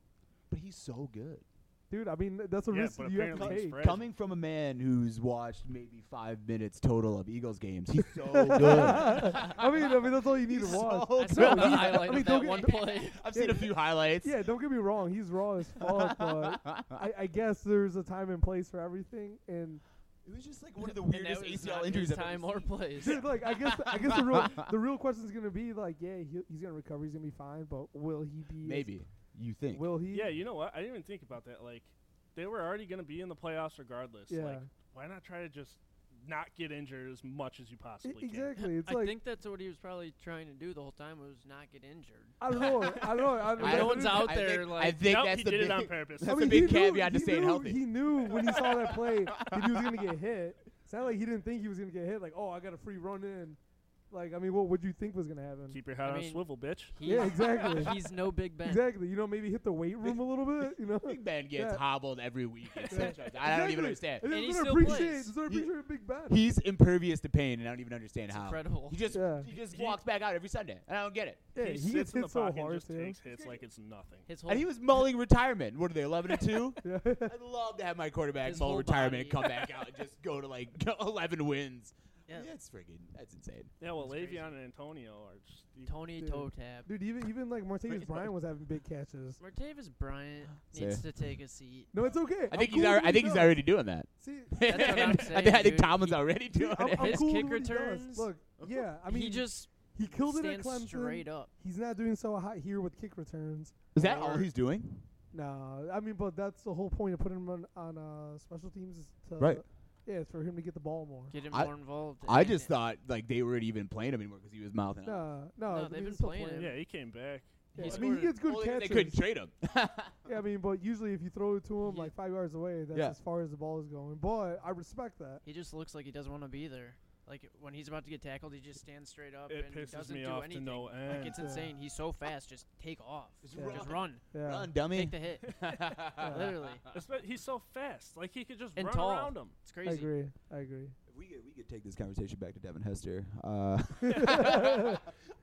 S4: But he's so good.
S2: Dude, I mean, that's a
S1: Yeah,
S2: risk
S1: but
S2: you have to
S1: apparently it's
S2: take. (laughs)
S1: fra- Crazy.
S4: Coming from a man who's watched maybe five minutes total of Eagles games, he's
S2: (laughs)
S4: so Oh, good.
S2: I mean, I mean, that's all you need to
S4: (laughs) He's
S2: watch.
S4: so
S3: I saw
S4: good.
S3: the highlight
S2: I mean,
S3: of
S2: don't
S3: that
S2: get-
S4: (laughs)
S3: one play.
S4: I've seen a few highlights. (laughs)
S2: Yeah, don't get me wrong. He's raw as fuck, but I, I guess there's a time and place for everything. And (laughs)
S4: It was just like one of the
S3: And that
S4: weirdest
S3: was
S4: ACL
S3: not
S4: injuries
S3: his
S4: I've
S3: time
S4: ever
S3: or
S4: seen.
S3: place.
S2: dude, like, I guess, I guess the real, the real question is gonna be like, yeah, he, he's gonna recover. He's gonna be fine, but will he be? as-
S4: Maybe you think.
S2: Will he? E,
S1: Yeah, you know what? I didn't even think about that. Like, they were already going to be in the playoffs regardless.
S2: Yeah.
S1: Like, why not try to just not get injured as much as you possibly can.
S2: exactly. It's
S3: I
S2: like
S3: think that's what he was probably trying to do the whole time was not get injured.
S2: I don't know. I don't know. I don't
S3: I
S2: know.
S3: no one's out
S4: I
S3: there,
S4: think-
S3: like-
S4: I think
S1: Nope,
S4: that's
S1: he
S4: the
S1: did
S4: big,
S1: it on
S2: (laughs)
S1: purpose.
S4: That's
S2: I mean,
S4: the big
S2: he knew-
S4: caveat to
S2: he
S4: staying
S2: knew-
S4: healthy.
S2: He knew when he saw that play that he was gonna get hit. It's not like he didn't think he was gonna get hit. Like, oh, I got a free run in. Like, I mean, what would you think was gonna happen?
S1: Keep your head
S3: I
S1: on a
S3: mean-
S1: swivel, bitch.
S3: (laughs) He,
S2: yeah, exactly. (laughs)
S3: He's no Big Ben.
S2: Exactly. You know, maybe hit the weight room a little bit. You know.
S4: (laughs) Big Ben gets
S2: Yeah.
S4: hobbled every week. in
S2: Yeah.
S4: such a- I don't even
S2: Exactly.
S4: understand.
S2: And
S3: And he
S2: it's not
S3: still
S2: appreciate-
S3: plays.
S2: it's not
S4: He-
S2: appreciate Big Ben.
S4: He's impervious to pain, and I don't even understand
S3: It's
S4: how.
S3: incredible.
S4: He just
S2: Yeah.
S4: he just
S1: He-
S4: walks back out every Sunday, and I don't get it.
S2: yeah,
S1: he,
S2: he,
S1: sits
S2: gets
S1: in the
S2: hit so
S1: pocket and
S2: hard
S1: just (laughs)
S2: too.
S1: takes hits like it's nothing.
S3: His whole
S4: And he was mulling retirement. What are they, eleven and two?
S2: Yeah.
S4: (laughs) I'd love to have my quarterback
S3: His
S4: mull
S3: whole
S4: retirement and come
S3: body. (laughs)
S4: back out and just go to like (laughs) eleven wins.
S3: yeah,
S4: That's freaking. That's insane.
S1: Yeah, well,
S3: That's crazy.
S1: Le'Veon and Antonio are just. You,
S3: Tony
S2: Dude.
S3: toe tap.
S2: Dude, even even like Martavis
S4: Freaking-
S2: Bryant was having big catches.
S3: Martavis
S2: Ah.
S3: Bryant
S4: Say.
S3: needs to take a seat.
S2: No, it's okay.
S4: I think
S2: I'm
S4: he's.
S2: cool
S4: Al-
S2: with what
S4: I think
S2: he
S4: he's
S2: does.
S4: already doing that.
S2: See,
S3: That's
S4: (laughs)
S3: what I'm
S4: I
S3: saying,
S4: think- I think
S3: dude. Oh,
S4: Tomlin's already
S2: dude,
S4: doing
S2: I'm,
S4: it.
S2: I'm
S3: His
S2: cool
S3: kick
S2: with what he does.
S3: returns,
S2: Look, yeah, I mean,
S3: he just
S2: he killed it at
S3: stands
S2: Clemson.
S3: straight up.
S2: He's not doing so hot here with kick returns.
S4: Is that all
S3: Or-
S4: he's doing?
S2: No, I mean, but that's the whole point of putting him on, on uh, special teams. Is to,
S4: Right.
S2: Yeah, it's for him to get the ball more.
S3: Get him
S4: I-
S3: more involved.
S4: I
S3: and-
S4: just thought like they weren't even playing him anymore because he was mouthing. off.
S2: No, no,
S3: No,
S2: I mean,
S3: they've been
S2: he's still
S3: playing him.
S1: yeah, he came back.
S3: He
S2: Yeah, I
S3: scored
S2: mean, he gets good
S4: Only thing
S2: catches.
S4: they couldn't trade him.
S2: yeah, I mean, but usually if you throw it to him
S3: Yeah.
S2: like five yards away, that's
S4: Yeah.
S2: as far as the ball is going. But I respect that.
S3: He just looks like he doesn't want to be there. Like when he's about to get tackled, he just stands straight up
S1: It
S3: and he
S1: pisses
S3: doesn't
S1: me
S3: do
S1: off
S3: anything.
S1: to no
S3: like
S1: end.
S3: it's
S2: Yeah.
S3: insane. He's so fast. Just take off.
S4: Just
S3: Just,
S4: run.
S3: run.
S2: Yeah.
S4: Run, dummy. (laughs)
S3: (laughs) Take the hit.
S1: (laughs)
S3: Literally,
S1: It's been- he's so fast. Like, he could just
S3: And
S1: run
S3: tall.
S1: around
S3: (laughs)
S1: him.
S2: I
S3: it's crazy.
S2: agree. I (laughs) agree.
S4: we could we could take this conversation back to Devin Hester. (laughs) Uh,
S1: Um,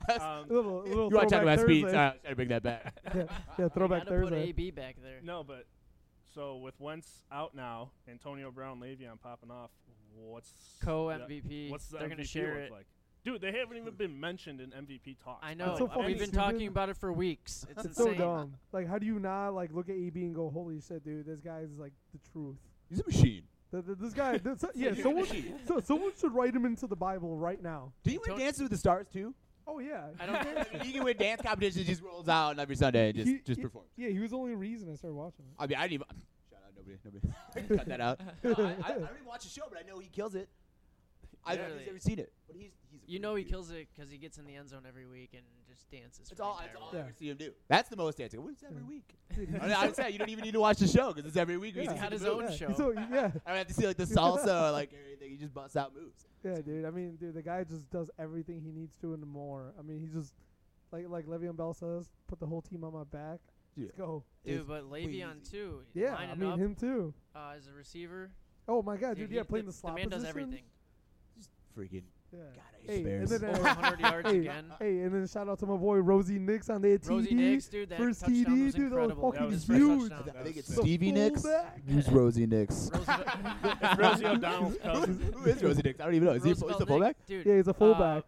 S3: (laughs)
S2: A little, a little
S4: you
S2: throwback
S4: want to talk about
S2: Thursday.
S4: speed? Uh, sorry, bring that back.
S2: (laughs) yeah, yeah, throwback
S3: gotta put
S2: Thursday.
S3: AB back there.
S1: no, but. So, with Wentz out now, Antonio Brown, Le'Veon popping off, what's.
S3: Co
S1: the-
S3: MVP.
S1: What's the
S3: They're
S1: going
S3: gonna
S1: to
S3: share
S1: look
S3: it.
S1: like? Dude, they haven't even been mentioned in MVP talks. by
S3: I know.
S2: so
S1: the
S2: fucking
S1: way.
S3: We've been
S2: stupid.
S3: talking about it for weeks. It's
S2: It's
S3: insane.
S2: so dumb. Like, how do you not like look at AB and go, "Holy shit, dude, this guy is like the truth."
S4: He's a machine.
S2: Th- th- This guy, this, yeah.
S4: (laughs) He's a
S2: Someone,
S4: machine.
S2: so, someone should write him into the Bible right now.
S4: Did he win
S3: Don't-
S4: Dancing with the Stars too?
S2: Oh yeah,
S1: (laughs)
S3: I don't.
S4: I (laughs) mean, he can win dance competitions. Just rolls out on every Sunday and just
S2: He-
S4: just
S2: he-
S4: performs.
S2: yeah. He was the only reason I started watching it.
S4: I mean, I didn't even. Shout out, nobody, (laughs) nobody. Cut
S3: (laughs)
S4: that out. No, I, I, I don't even watch the show, but I know he kills it. I don't know if he's
S3: Literally.
S4: ever seen it, but he's he's. A
S3: You know he
S4: freak, dude.
S3: kills it because he gets in the end zone every week and just dances.
S4: It's
S3: for the
S4: all.
S3: entire
S4: It's all
S3: run.
S4: I ever see him do. That's the most dancing. What's every
S2: Yeah.
S4: week?
S2: Dude,
S4: (laughs) I, mean, I would say you don't even need to watch the show because it's every week.
S2: Yeah.
S4: You
S2: He's
S4: just
S3: got
S4: see
S3: his
S4: the
S3: own
S4: moves.
S2: yeah,
S3: show.
S2: he's So Oh, yeah,
S4: (laughs) I don't have to see like the salsa or like everything. He just busts out moves.
S2: yeah, dude. I mean, dude, the guy just does everything he needs to and more. I mean, he just like like Le'Veon Bell says, put the whole team on my back.
S4: Yeah.
S2: Let's go.
S4: It's
S3: Dude, but Le'Veon
S4: crazy.
S3: too.
S2: Yeah,
S3: lining
S2: I mean
S3: up
S2: him too.
S3: uh, as a receiver.
S2: Oh my god, dude,
S3: he-
S2: yeah, playing the, slot
S3: The man does
S2: position.
S3: everything.
S2: (laughs)
S4: Just freaking.
S2: Yeah.
S4: God, I hate
S2: Hey,
S4: the
S2: and
S4: Bears.
S2: then,
S3: Over
S4: (laughs)
S2: uh,
S3: 100 yards
S2: hey,
S3: again.
S2: hey, and then shout out to my boy Rosie Nix on the TD.
S3: Rosie Nix, dude, that
S2: first
S3: touchdown
S2: TD,
S3: was
S2: dude, that was
S3: incredible.
S1: That
S2: fucking
S1: was
S2: huge.
S4: I
S3: Touchdown.
S4: th- I think it's
S1: The
S4: Stevie Nicks.
S2: fullback.
S4: Who's Rosie Nicks?
S2: (laughs)
S3: Roosevelt- (laughs)
S1: Rosie O'Donnell's cousin.
S4: (laughs) Who is Rosie Nicks? I don't even know. Is he a, is he a
S3: Roosevelt
S4: fullback?
S3: Nick, Dude, Uh,
S2: Yeah, he's a fullback.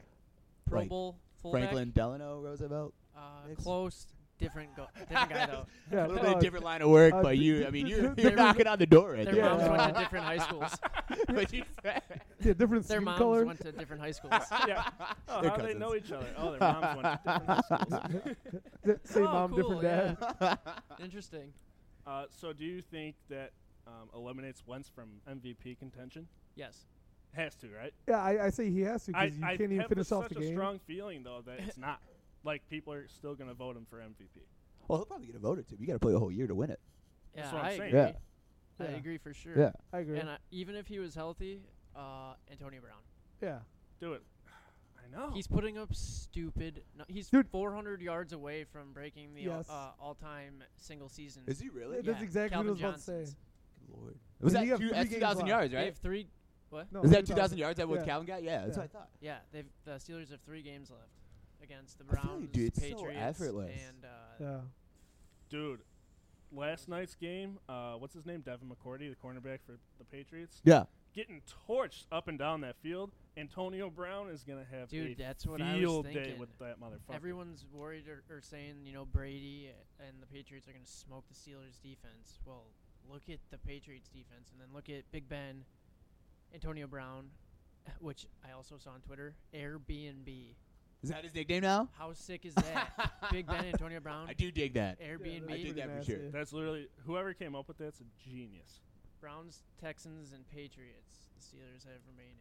S3: Pro
S4: Frank-
S3: Bowl fullback.
S4: Franklin Delano Roosevelt.
S3: Uh,
S4: Nix.
S3: close, different,
S4: (laughs)
S3: go- different guy though.
S2: yeah,
S3: (laughs)
S4: A little bit
S2: uh,
S4: different line of work,
S2: uh,
S4: but you,
S2: th-
S4: I mean, (laughs)
S2: th-
S4: you're,
S2: th-
S4: you're
S3: their-
S4: knocking on the door right
S3: Their
S2: Yeah.
S4: (laughs)
S3: moms
S4: there.
S2: uh,
S3: went to different high schools.
S2: (laughs)
S4: But you-
S2: Yeah, different
S3: Their
S2: skin
S3: moms
S2: color. (laughs)
S3: went to different high schools.
S1: yeah. Oh,
S4: They're
S1: how do they
S4: cousins.
S1: know each other? Oh, their moms went
S2: (laughs)
S1: to different high schools.
S2: D- Same
S3: Oh,
S2: mom, different
S3: cool,
S2: dad.
S4: (laughs)
S3: yeah. Interesting.
S1: Uh, so, do you think that um, eliminates Wentz from MVP contention?
S3: Yes.
S1: Has to, right?
S2: Yeah, I, I say he has to
S1: I,
S2: because you
S1: I
S2: can't even
S1: have
S2: finish
S1: such
S2: off the
S1: a
S2: game.
S1: strong feeling though that
S3: (laughs)
S1: it's not. Like people are still going to vote him for MVP.
S4: well, he'll probably get voted too. You got to play the whole year to win it.
S3: Yeah,
S1: That's what I'm
S3: I
S1: saying.
S3: agree.
S4: Yeah.
S3: I
S2: Yeah.
S3: agree for sure.
S4: Yeah.
S2: I agree.
S3: And I, even if he was healthy, uh, Antonio Brown.
S2: yeah,
S1: Do it. I know.
S3: He's putting up stupid. No, he's
S2: Dude.
S3: 400 yards away from breaking the
S2: Yes.
S3: uh, all-time single season.
S4: Is he really?
S2: that's exactly what I
S3: Calvin
S2: was about to say.
S3: Johnson's.
S4: Lord. Was
S2: Yeah,
S4: that
S2: he got
S4: two,
S2: three
S4: that's
S2: games
S4: 2,000
S2: left.
S4: yards,
S3: They
S4: right?
S3: have three. What?
S2: No,
S4: Is that
S2: 2000.
S4: 2,000 yards that what
S2: Yeah.
S4: Calvin got? Yeah,
S2: Yeah.
S4: that's what I thought.
S3: Yeah, they've the Steelers have three games left against the
S4: I feel
S3: Browns,
S4: you, dude. It's so
S3: Patriots,
S4: effortless.
S3: and uh,
S2: Yeah,
S1: Dude, last night's game, uh, what's his name? Devin McCourty, the cornerback for the Patriots,
S4: Yeah.
S1: getting torched up and down that field. Antonio Brown is going to have
S3: Dude,
S1: a
S3: that's what I was
S1: field day
S3: thinking.
S1: with that motherfucker.
S3: everyone's worried or, or saying you know Brady and the Patriots are going to smoke the Steelers defense. Well, look at the Patriots defense, and then look at Big Ben, Antonio Brown, (laughs) which I also saw on Twitter. Airbnb.
S4: Is that his nickname now?
S3: How sick is
S4: (laughs)
S3: that? Big Ben, Antonio Brown,
S4: I do dig that.
S2: yeah,
S3: Airbnb.
S4: I
S2: that's
S4: dig
S2: pretty
S4: that for sure.
S2: nasty.
S1: That's literally whoever came up with that's a genius.
S3: Browns, Texans, and Patriots. The Steelers have remaining.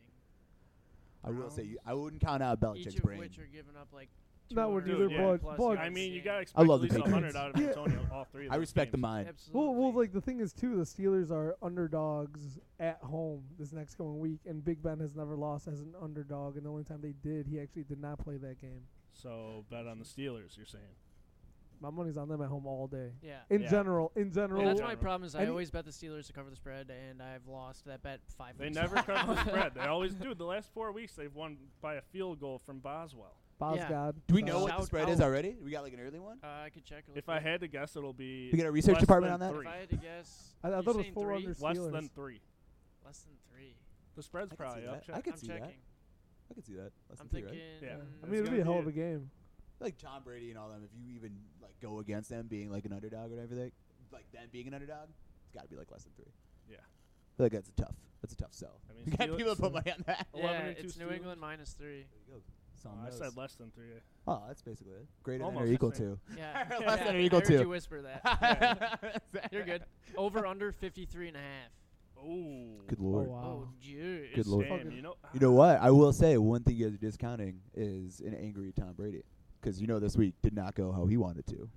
S4: I will say you, I wouldn't count out Belichick's
S3: Each of
S4: brain.
S3: which are giving up like.
S2: Not with
S3: 200
S1: either, but-
S3: plus
S2: but-
S3: yards
S1: I mean,
S3: a
S1: you
S3: game.
S1: gotta expect
S4: love the
S1: at least hundred
S4: Patriots. (laughs)
S1: out of
S2: Yeah.
S1: Antonio. All three. Of
S4: I
S1: those
S4: respect the
S1: games.
S4: mind.
S3: Absolutely.
S2: Well, well, like the thing is too, the Steelers are underdogs at home this next coming week, and Big Ben has never lost as an underdog, and the only time they did, he actually did not play that game.
S1: So bet on the Steelers. You're saying
S2: My money's on them at home all day.
S3: yeah.
S2: In
S1: Yeah.
S2: general, in general,
S3: Well, that's my
S1: General.
S3: problem is I
S2: Any-
S3: always bet the Steelers to cover the spread, and I've lost that bet five. (laughs)
S1: they
S3: weeks
S1: never
S3: in a
S1: cover
S3: row.
S1: the spread.
S3: (laughs)
S1: They always do. The last four weeks, they've won by a field goal from Boswell.
S2: Bob's
S3: yeah.
S2: God.
S4: Do we know
S3: Uh,
S4: what the
S3: shout
S4: spread is
S3: out.
S4: already? We got like an early one.
S3: uh, I could check. real
S1: If I
S3: quick.
S1: had to guess, it'll be
S4: We got a research
S1: less
S4: department
S1: than
S4: on that?
S1: three.
S3: if I had to guess,
S2: I- I
S3: you're
S2: thought it was
S3: saying
S2: four
S3: three?
S2: unders-
S1: Less
S2: Steelers.
S1: than three.
S3: Less than three.
S1: The spread's
S4: I can see
S1: probably
S4: that.
S1: up.
S4: I
S1: Check.
S4: could
S3: I'm
S4: see
S3: checking.
S4: that. I could see that. Less
S3: I'm
S4: than three,
S3: thinking. Mm,
S4: right?
S1: Yeah.
S2: I
S1: That's
S2: mean, it'd
S1: gonna
S2: be a hell
S1: be
S2: of
S1: it.
S2: a game.
S4: Like Tom Brady and all them. If you even like go against them being like an underdog or whatever, they like them being an underdog, it's got to be like less than three.
S1: Yeah.
S4: I feel like that's a tough. That's a tough sell. (laughs)
S1: I mean,
S4: You got
S1: Steelers-
S4: people to put money on that.
S1: Eleven
S3: yeah,
S1: and two
S3: it's New
S1: Steelers.
S3: England minus
S1: (laughs)
S3: three.
S4: There you go.
S1: Oh,
S4: Some
S1: I
S4: knows.
S1: said less than three.
S4: Oh, that's basically it. Greater than or
S1: Almost the
S4: equal
S1: same.
S4: to.
S3: Yeah,
S4: Less
S3: yeah,
S4: than or equal
S3: I heard you
S4: to.
S1: (laughs)
S3: whisper that. (laughs) You're good. Over under 53 and a half.
S1: Oh,
S4: Good lord.
S2: Oh, wow.
S3: Oh, jeez.
S4: Good lord.
S1: Damn,
S2: Fucking-
S1: you know,
S4: You
S1: (laughs)
S4: know what? I will say one thing you guys are discounting is an angry Tom Brady. Because you know this week did not go how he wanted to.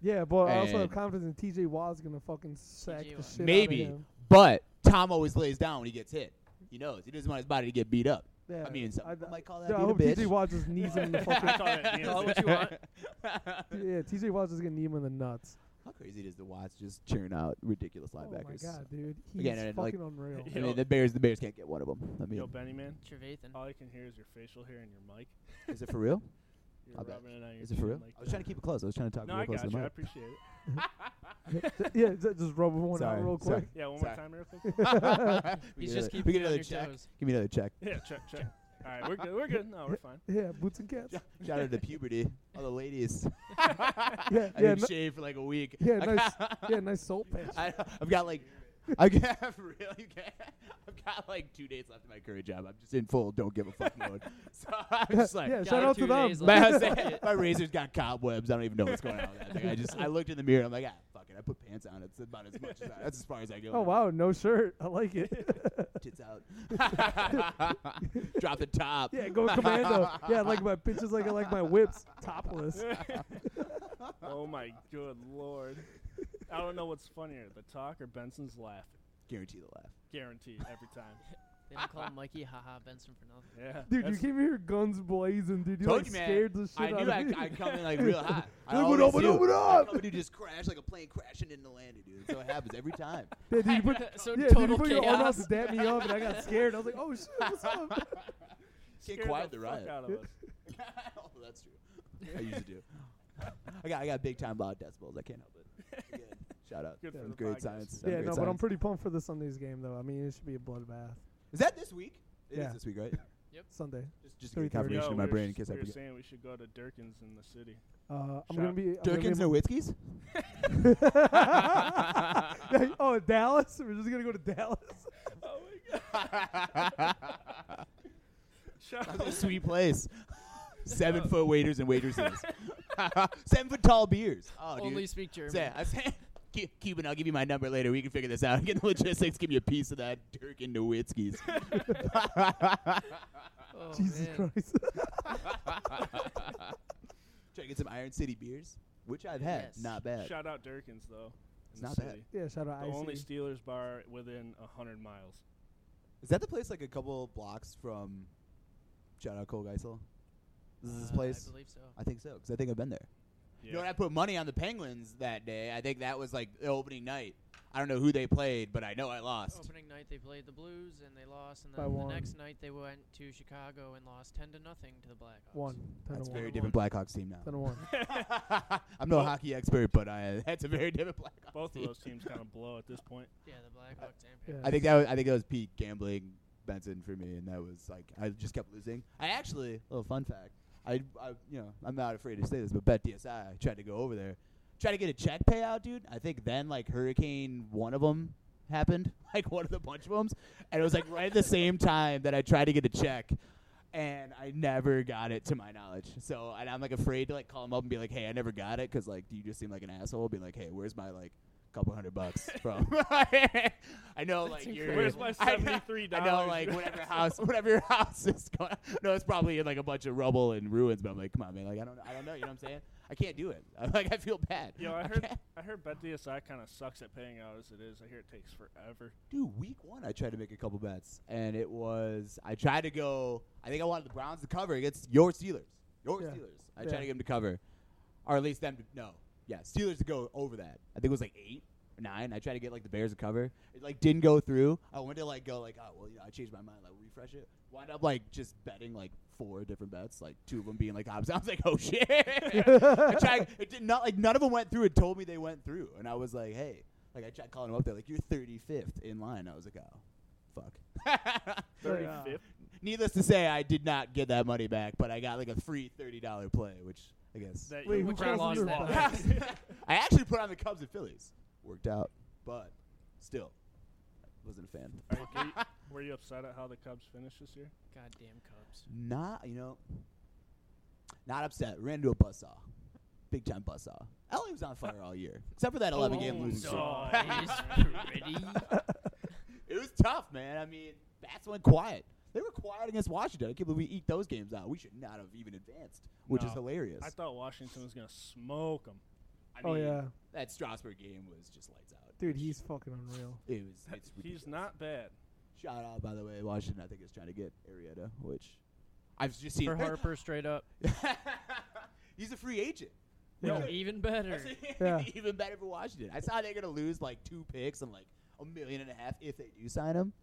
S2: Yeah, but I also
S4: And-
S2: have confidence in TJ Watt's gonna fucking sack
S3: T.J.
S2: the
S3: Watt.
S2: shit
S4: Maybe.
S2: out of him.
S4: But Tom always lays down when he gets hit. He knows. He doesn't want his body to get beat up.
S2: Yeah.
S4: I mean, some,
S2: I'd-
S4: I might call that
S2: Yeah, I
S4: being a
S2: hope TJ
S4: bitch.
S2: Watt just knees
S4: (laughs)
S2: him in the fucking. (laughs)
S1: I call that being a
S3: Call it
S1: bitch.
S3: what you want.
S2: yeah, TJ Watt's just gonna knee him in the nuts.
S4: How crazy it is to watch just churn out ridiculous
S2: Oh my
S4: linebackers.
S2: god, dude, he's
S4: Again, and, like-
S2: fucking unreal.
S4: I
S1: Yeah. Yo.
S4: mean, the Bears, the Bears can't get one of them. I
S1: (laughs)
S4: mean,
S1: Yo, Benny man,
S3: Trevathan.
S1: all I can hear is your facial hair and your mic.
S4: is it for real?
S1: You're
S4: I bet.
S1: rubbing it on your
S4: Is it for
S1: chin
S4: real?
S1: like
S4: I was trying to keep it close. I was trying to talk
S1: No,
S4: real
S1: I
S4: close
S1: got
S4: to
S1: you. I
S4: the
S1: appreciate it.
S2: yeah, ju- just rub one
S4: Sorry,
S2: out real
S4: sorry. (laughs)
S2: quick.
S1: Yeah, one more
S4: Sorry.
S1: time, real quick. (laughs)
S2: (laughs)
S4: mic.
S3: He's
S4: We
S3: just
S4: get another-
S3: keeping
S4: we
S3: you on
S4: get another
S3: your
S4: check.
S3: toes.
S4: Give me another check.
S1: Yeah, check, check. All right, we're good. We're good. No, we're fine. (laughs)
S2: Yeah, boots and cats.
S4: (laughs) Shout out to puberty, all the ladies. (laughs)
S2: yeah,
S4: I
S2: yeah,
S4: didn't
S2: no-
S4: shave for like a week.
S2: yeah,
S4: I
S2: nice,
S4: got-
S2: yeah,
S4: (laughs)
S2: nice soul patch.
S4: I, I've got like, I (laughs) have really, got- I've got like two days left of my current job. I'm just in full don't give a fuck mode. (laughs) So I'm just like,
S2: (laughs) yeah,
S3: got
S2: shout
S3: it
S2: out
S3: two
S2: to them.
S4: (laughs)
S3: days
S4: my,
S2: (laughs)
S3: left.
S4: house- my razor's got cobwebs. I don't even know what's going on with that thing. I just, I looked in the mirror. I'm like, ah, fuck it. I put pants on. It's about as much as I, that's as far as I go.
S2: Oh wow, no shirt. I like it. (laughs)
S4: Tits out. (laughs) Drop the top.
S2: yeah, go commando. Yeah, I like my bitches like I like my whips topless.
S1: Oh my good lord. I don't know what's funnier, the talk or Benson's laugh.
S4: Guarantee the laugh.
S1: Guaranteed every time. (laughs)
S3: They don't call him Mikey Haha Benson for nothing.
S1: Yeah.
S2: Dude, you
S1: that's-
S2: came here guns blazing, dude. You
S4: Told
S2: like
S4: you, man.
S2: scared the shit
S4: I
S2: out
S4: knew
S2: of (laughs)
S4: I,
S2: me.
S4: I come in like real hot. I
S2: Open up, open up,
S4: always do.
S2: open up.
S4: I come in, dude, just crash like a plane crashing into landing, dude. That's what happens
S2: (laughs)
S4: every time.
S2: yeah, dude, you
S4: (laughs)
S2: put,
S3: (laughs) so
S2: yeah, dude, you
S3: total
S2: put your arm out
S3: chaos.
S2: to dap me up, and I got scared. I was like, oh shit,
S4: (laughs)
S2: what's up?
S4: Can't
S1: scared
S4: quiet the
S1: fuck
S4: riot.
S1: out of us.
S4: (laughs) oh, that's true. I usually do. I got I got big time loud decibels. I can't help
S2: (laughs)
S4: it. Again, Shout out.
S1: Good for
S4: That
S1: the
S4: was great
S1: podcast.
S4: science. That
S2: yeah,
S4: was great
S2: no, but I'm
S4: science.
S2: pretty pumped for the Sunday's game though. I mean, it should be a bloodbath
S4: Is that this week? It is
S2: Yeah.
S4: this week, right?
S2: Sunday.
S4: Just, just to
S2: Three
S4: get confirmation
S1: Yo,
S4: in
S1: we
S4: my
S1: were
S4: brain in
S1: s-
S4: case I
S1: we were
S4: forget.
S1: saying we should go to Durkin's in the
S4: (laughs)
S1: city. (laughs)
S2: Uh, I'm
S1: Shop.
S2: gonna be. I'm gonna be-
S4: Durkins Nowitzki's?
S2: (laughs) oh, Dallas. We're just gonna go to Dallas.
S1: Oh (laughs) my god.
S4: That's a sweet
S1: (laughs)
S4: place. Seven foot waiters and waitresses. (laughs) Seven foot tall beers. Oh, dude.
S3: Only speak German.
S4: Say, I say, (laughs) Cu- Cuban, I'll give you my number later. We can figure this out. (laughs) Get the logistics. Give me a piece of that Dirk and
S1: (laughs)
S4: Nowitzki's.
S3: Oh,
S2: Jesus
S3: man.
S2: Christ. (laughs)
S4: Try to get some Iron City beers, which I've had.
S3: Yes.
S4: Not bad.
S1: Shout out Durkin's though.
S4: It's
S1: in the
S4: not bad.
S1: city.
S2: yeah, shout out.
S1: The
S2: Icy.
S1: only Steelers bar within a hundred miles.
S4: Is that the place like a couple blocks from? Shout out Cole Geisel. This is this
S3: Uh,
S4: place.
S3: I believe so.
S4: I think so because I think I've been there.
S1: Yeah.
S4: You know, when I put money on the Penguins that day, I think that was like the opening night. I don't know who they played, but I know I lost.
S3: Opening night they played the Blues and they lost, and
S2: By
S3: then the
S2: one.
S3: next night they went to Chicago and lost ten to nothing to the Blackhawks.
S2: one. Ten
S4: That's
S2: to
S4: a
S2: one.
S4: very different Blackhawks team
S2: (laughs)
S4: now. (laughs)
S2: Ten to one.
S1: (laughs)
S4: I'm no
S1: Well-
S4: hockey expert, but I, that's a very different Blackhawks.
S1: Both of
S4: team.
S1: those teams kind of blow at this point.
S3: Yeah, the Blackhawks and
S2: yeah.
S3: Panthers.
S4: I think that was, I think that was peak gambling Benson for me, and that was like I just kept losing. I actually, little fun fact, I, I you know I'm not afraid to say this, but bet DSI I tried to go over there, tried to get a check payout, dude. I think then like Hurricane one of them happened, (laughs) like one of the bunch of them, and it was like right at the same time that I tried to get a check. And I never got it to my knowledge. So and I'm like afraid to like call him up and be like, "Hey, I never got it," because like you just seem like an asshole, being like, "Hey, where's my like couple hundred
S1: (laughs)
S4: bucks from. (laughs) I know,
S3: That's
S4: like you're.
S1: Where's my
S4: I-
S1: seventy-three
S4: I
S1: dollars?
S4: know, like
S1: (laughs)
S4: whatever house, whatever your house is (laughs) going. No, it's probably in like a bunch of rubble and ruins. But I'm like, come on, man. Like I don't, I don't know. You know what I'm saying? I can't do it. (laughs) I'm like I feel bad.
S1: Yo, I heard
S4: can't-
S1: I heard BetDSI kind of sucks at paying out as it is. I hear it takes forever.
S4: dude, week one, I tried to make a couple bets, and it was I tried to go. I think I wanted the Browns to cover against your Steelers. Your
S2: Yeah.
S4: Steelers. I
S2: Yeah.
S4: tried to get them to cover, or at least them to no. Yeah, Steelers to go over that. I think it was like eight or nine. I tried to get like the Bears to cover. It like didn't go through. I wanted to like go like oh well you know I changed my mind like refresh it. Wind up like just betting like four different bets, like two of them being like (laughs) opposite. I was like oh shit. (laughs) I
S2: (laughs)
S4: tried, it did not like none of them went through. It told me they went through, and I was like hey. Like I tried calling him up there, like you're 35th in line. I was like, oh, fuck. (laughs)
S2: Right.
S1: Thirty-fifth.
S4: Needless to say, I did not get that money back, but I got like a free $30 play, which I guess (laughs)
S1: That
S2: Wait,
S1: you
S2: who
S1: would
S3: calls
S1: have
S3: into
S1: lost
S3: that?
S2: (laughs)
S4: I actually put on the Cubs and Phillies. Worked out, but still, wasn't a fan.
S1: Are you- (laughs) Were you upset at how the Cubs finished this year?
S3: Goddamn Cubs.
S4: (laughs) Not, you know, not upset. Ran into a buzzsaw, big time buzzsaw. LA was on fire all year, except for that 11 game
S1: Oh,
S4: losing streak.
S1: no.
S4: (laughs) It was tough, man. I mean, bats went quiet. They were quiet against Washington. I can't believe we eked those games out. We should not have even advanced, which is
S1: No.
S4: hilarious.
S1: I thought Washington was gonna smoke them.
S4: I
S2: Oh yeah,
S4: that Strasburg game was just lights out.
S2: dude, he's fucking unreal.
S4: It was. It's ridiculous.
S1: He's not bad.
S4: Shout out, by the way, Washington. I think is trying to get Arietta, which I've just seen. (laughs)
S3: For Harper, straight up.
S4: He's a free agent.
S2: Yeah.
S3: No, even better.
S2: Yeah.
S4: (laughs) Even better for Washington. I saw they're gonna lose like two picks and like a million and a half if they do sign him.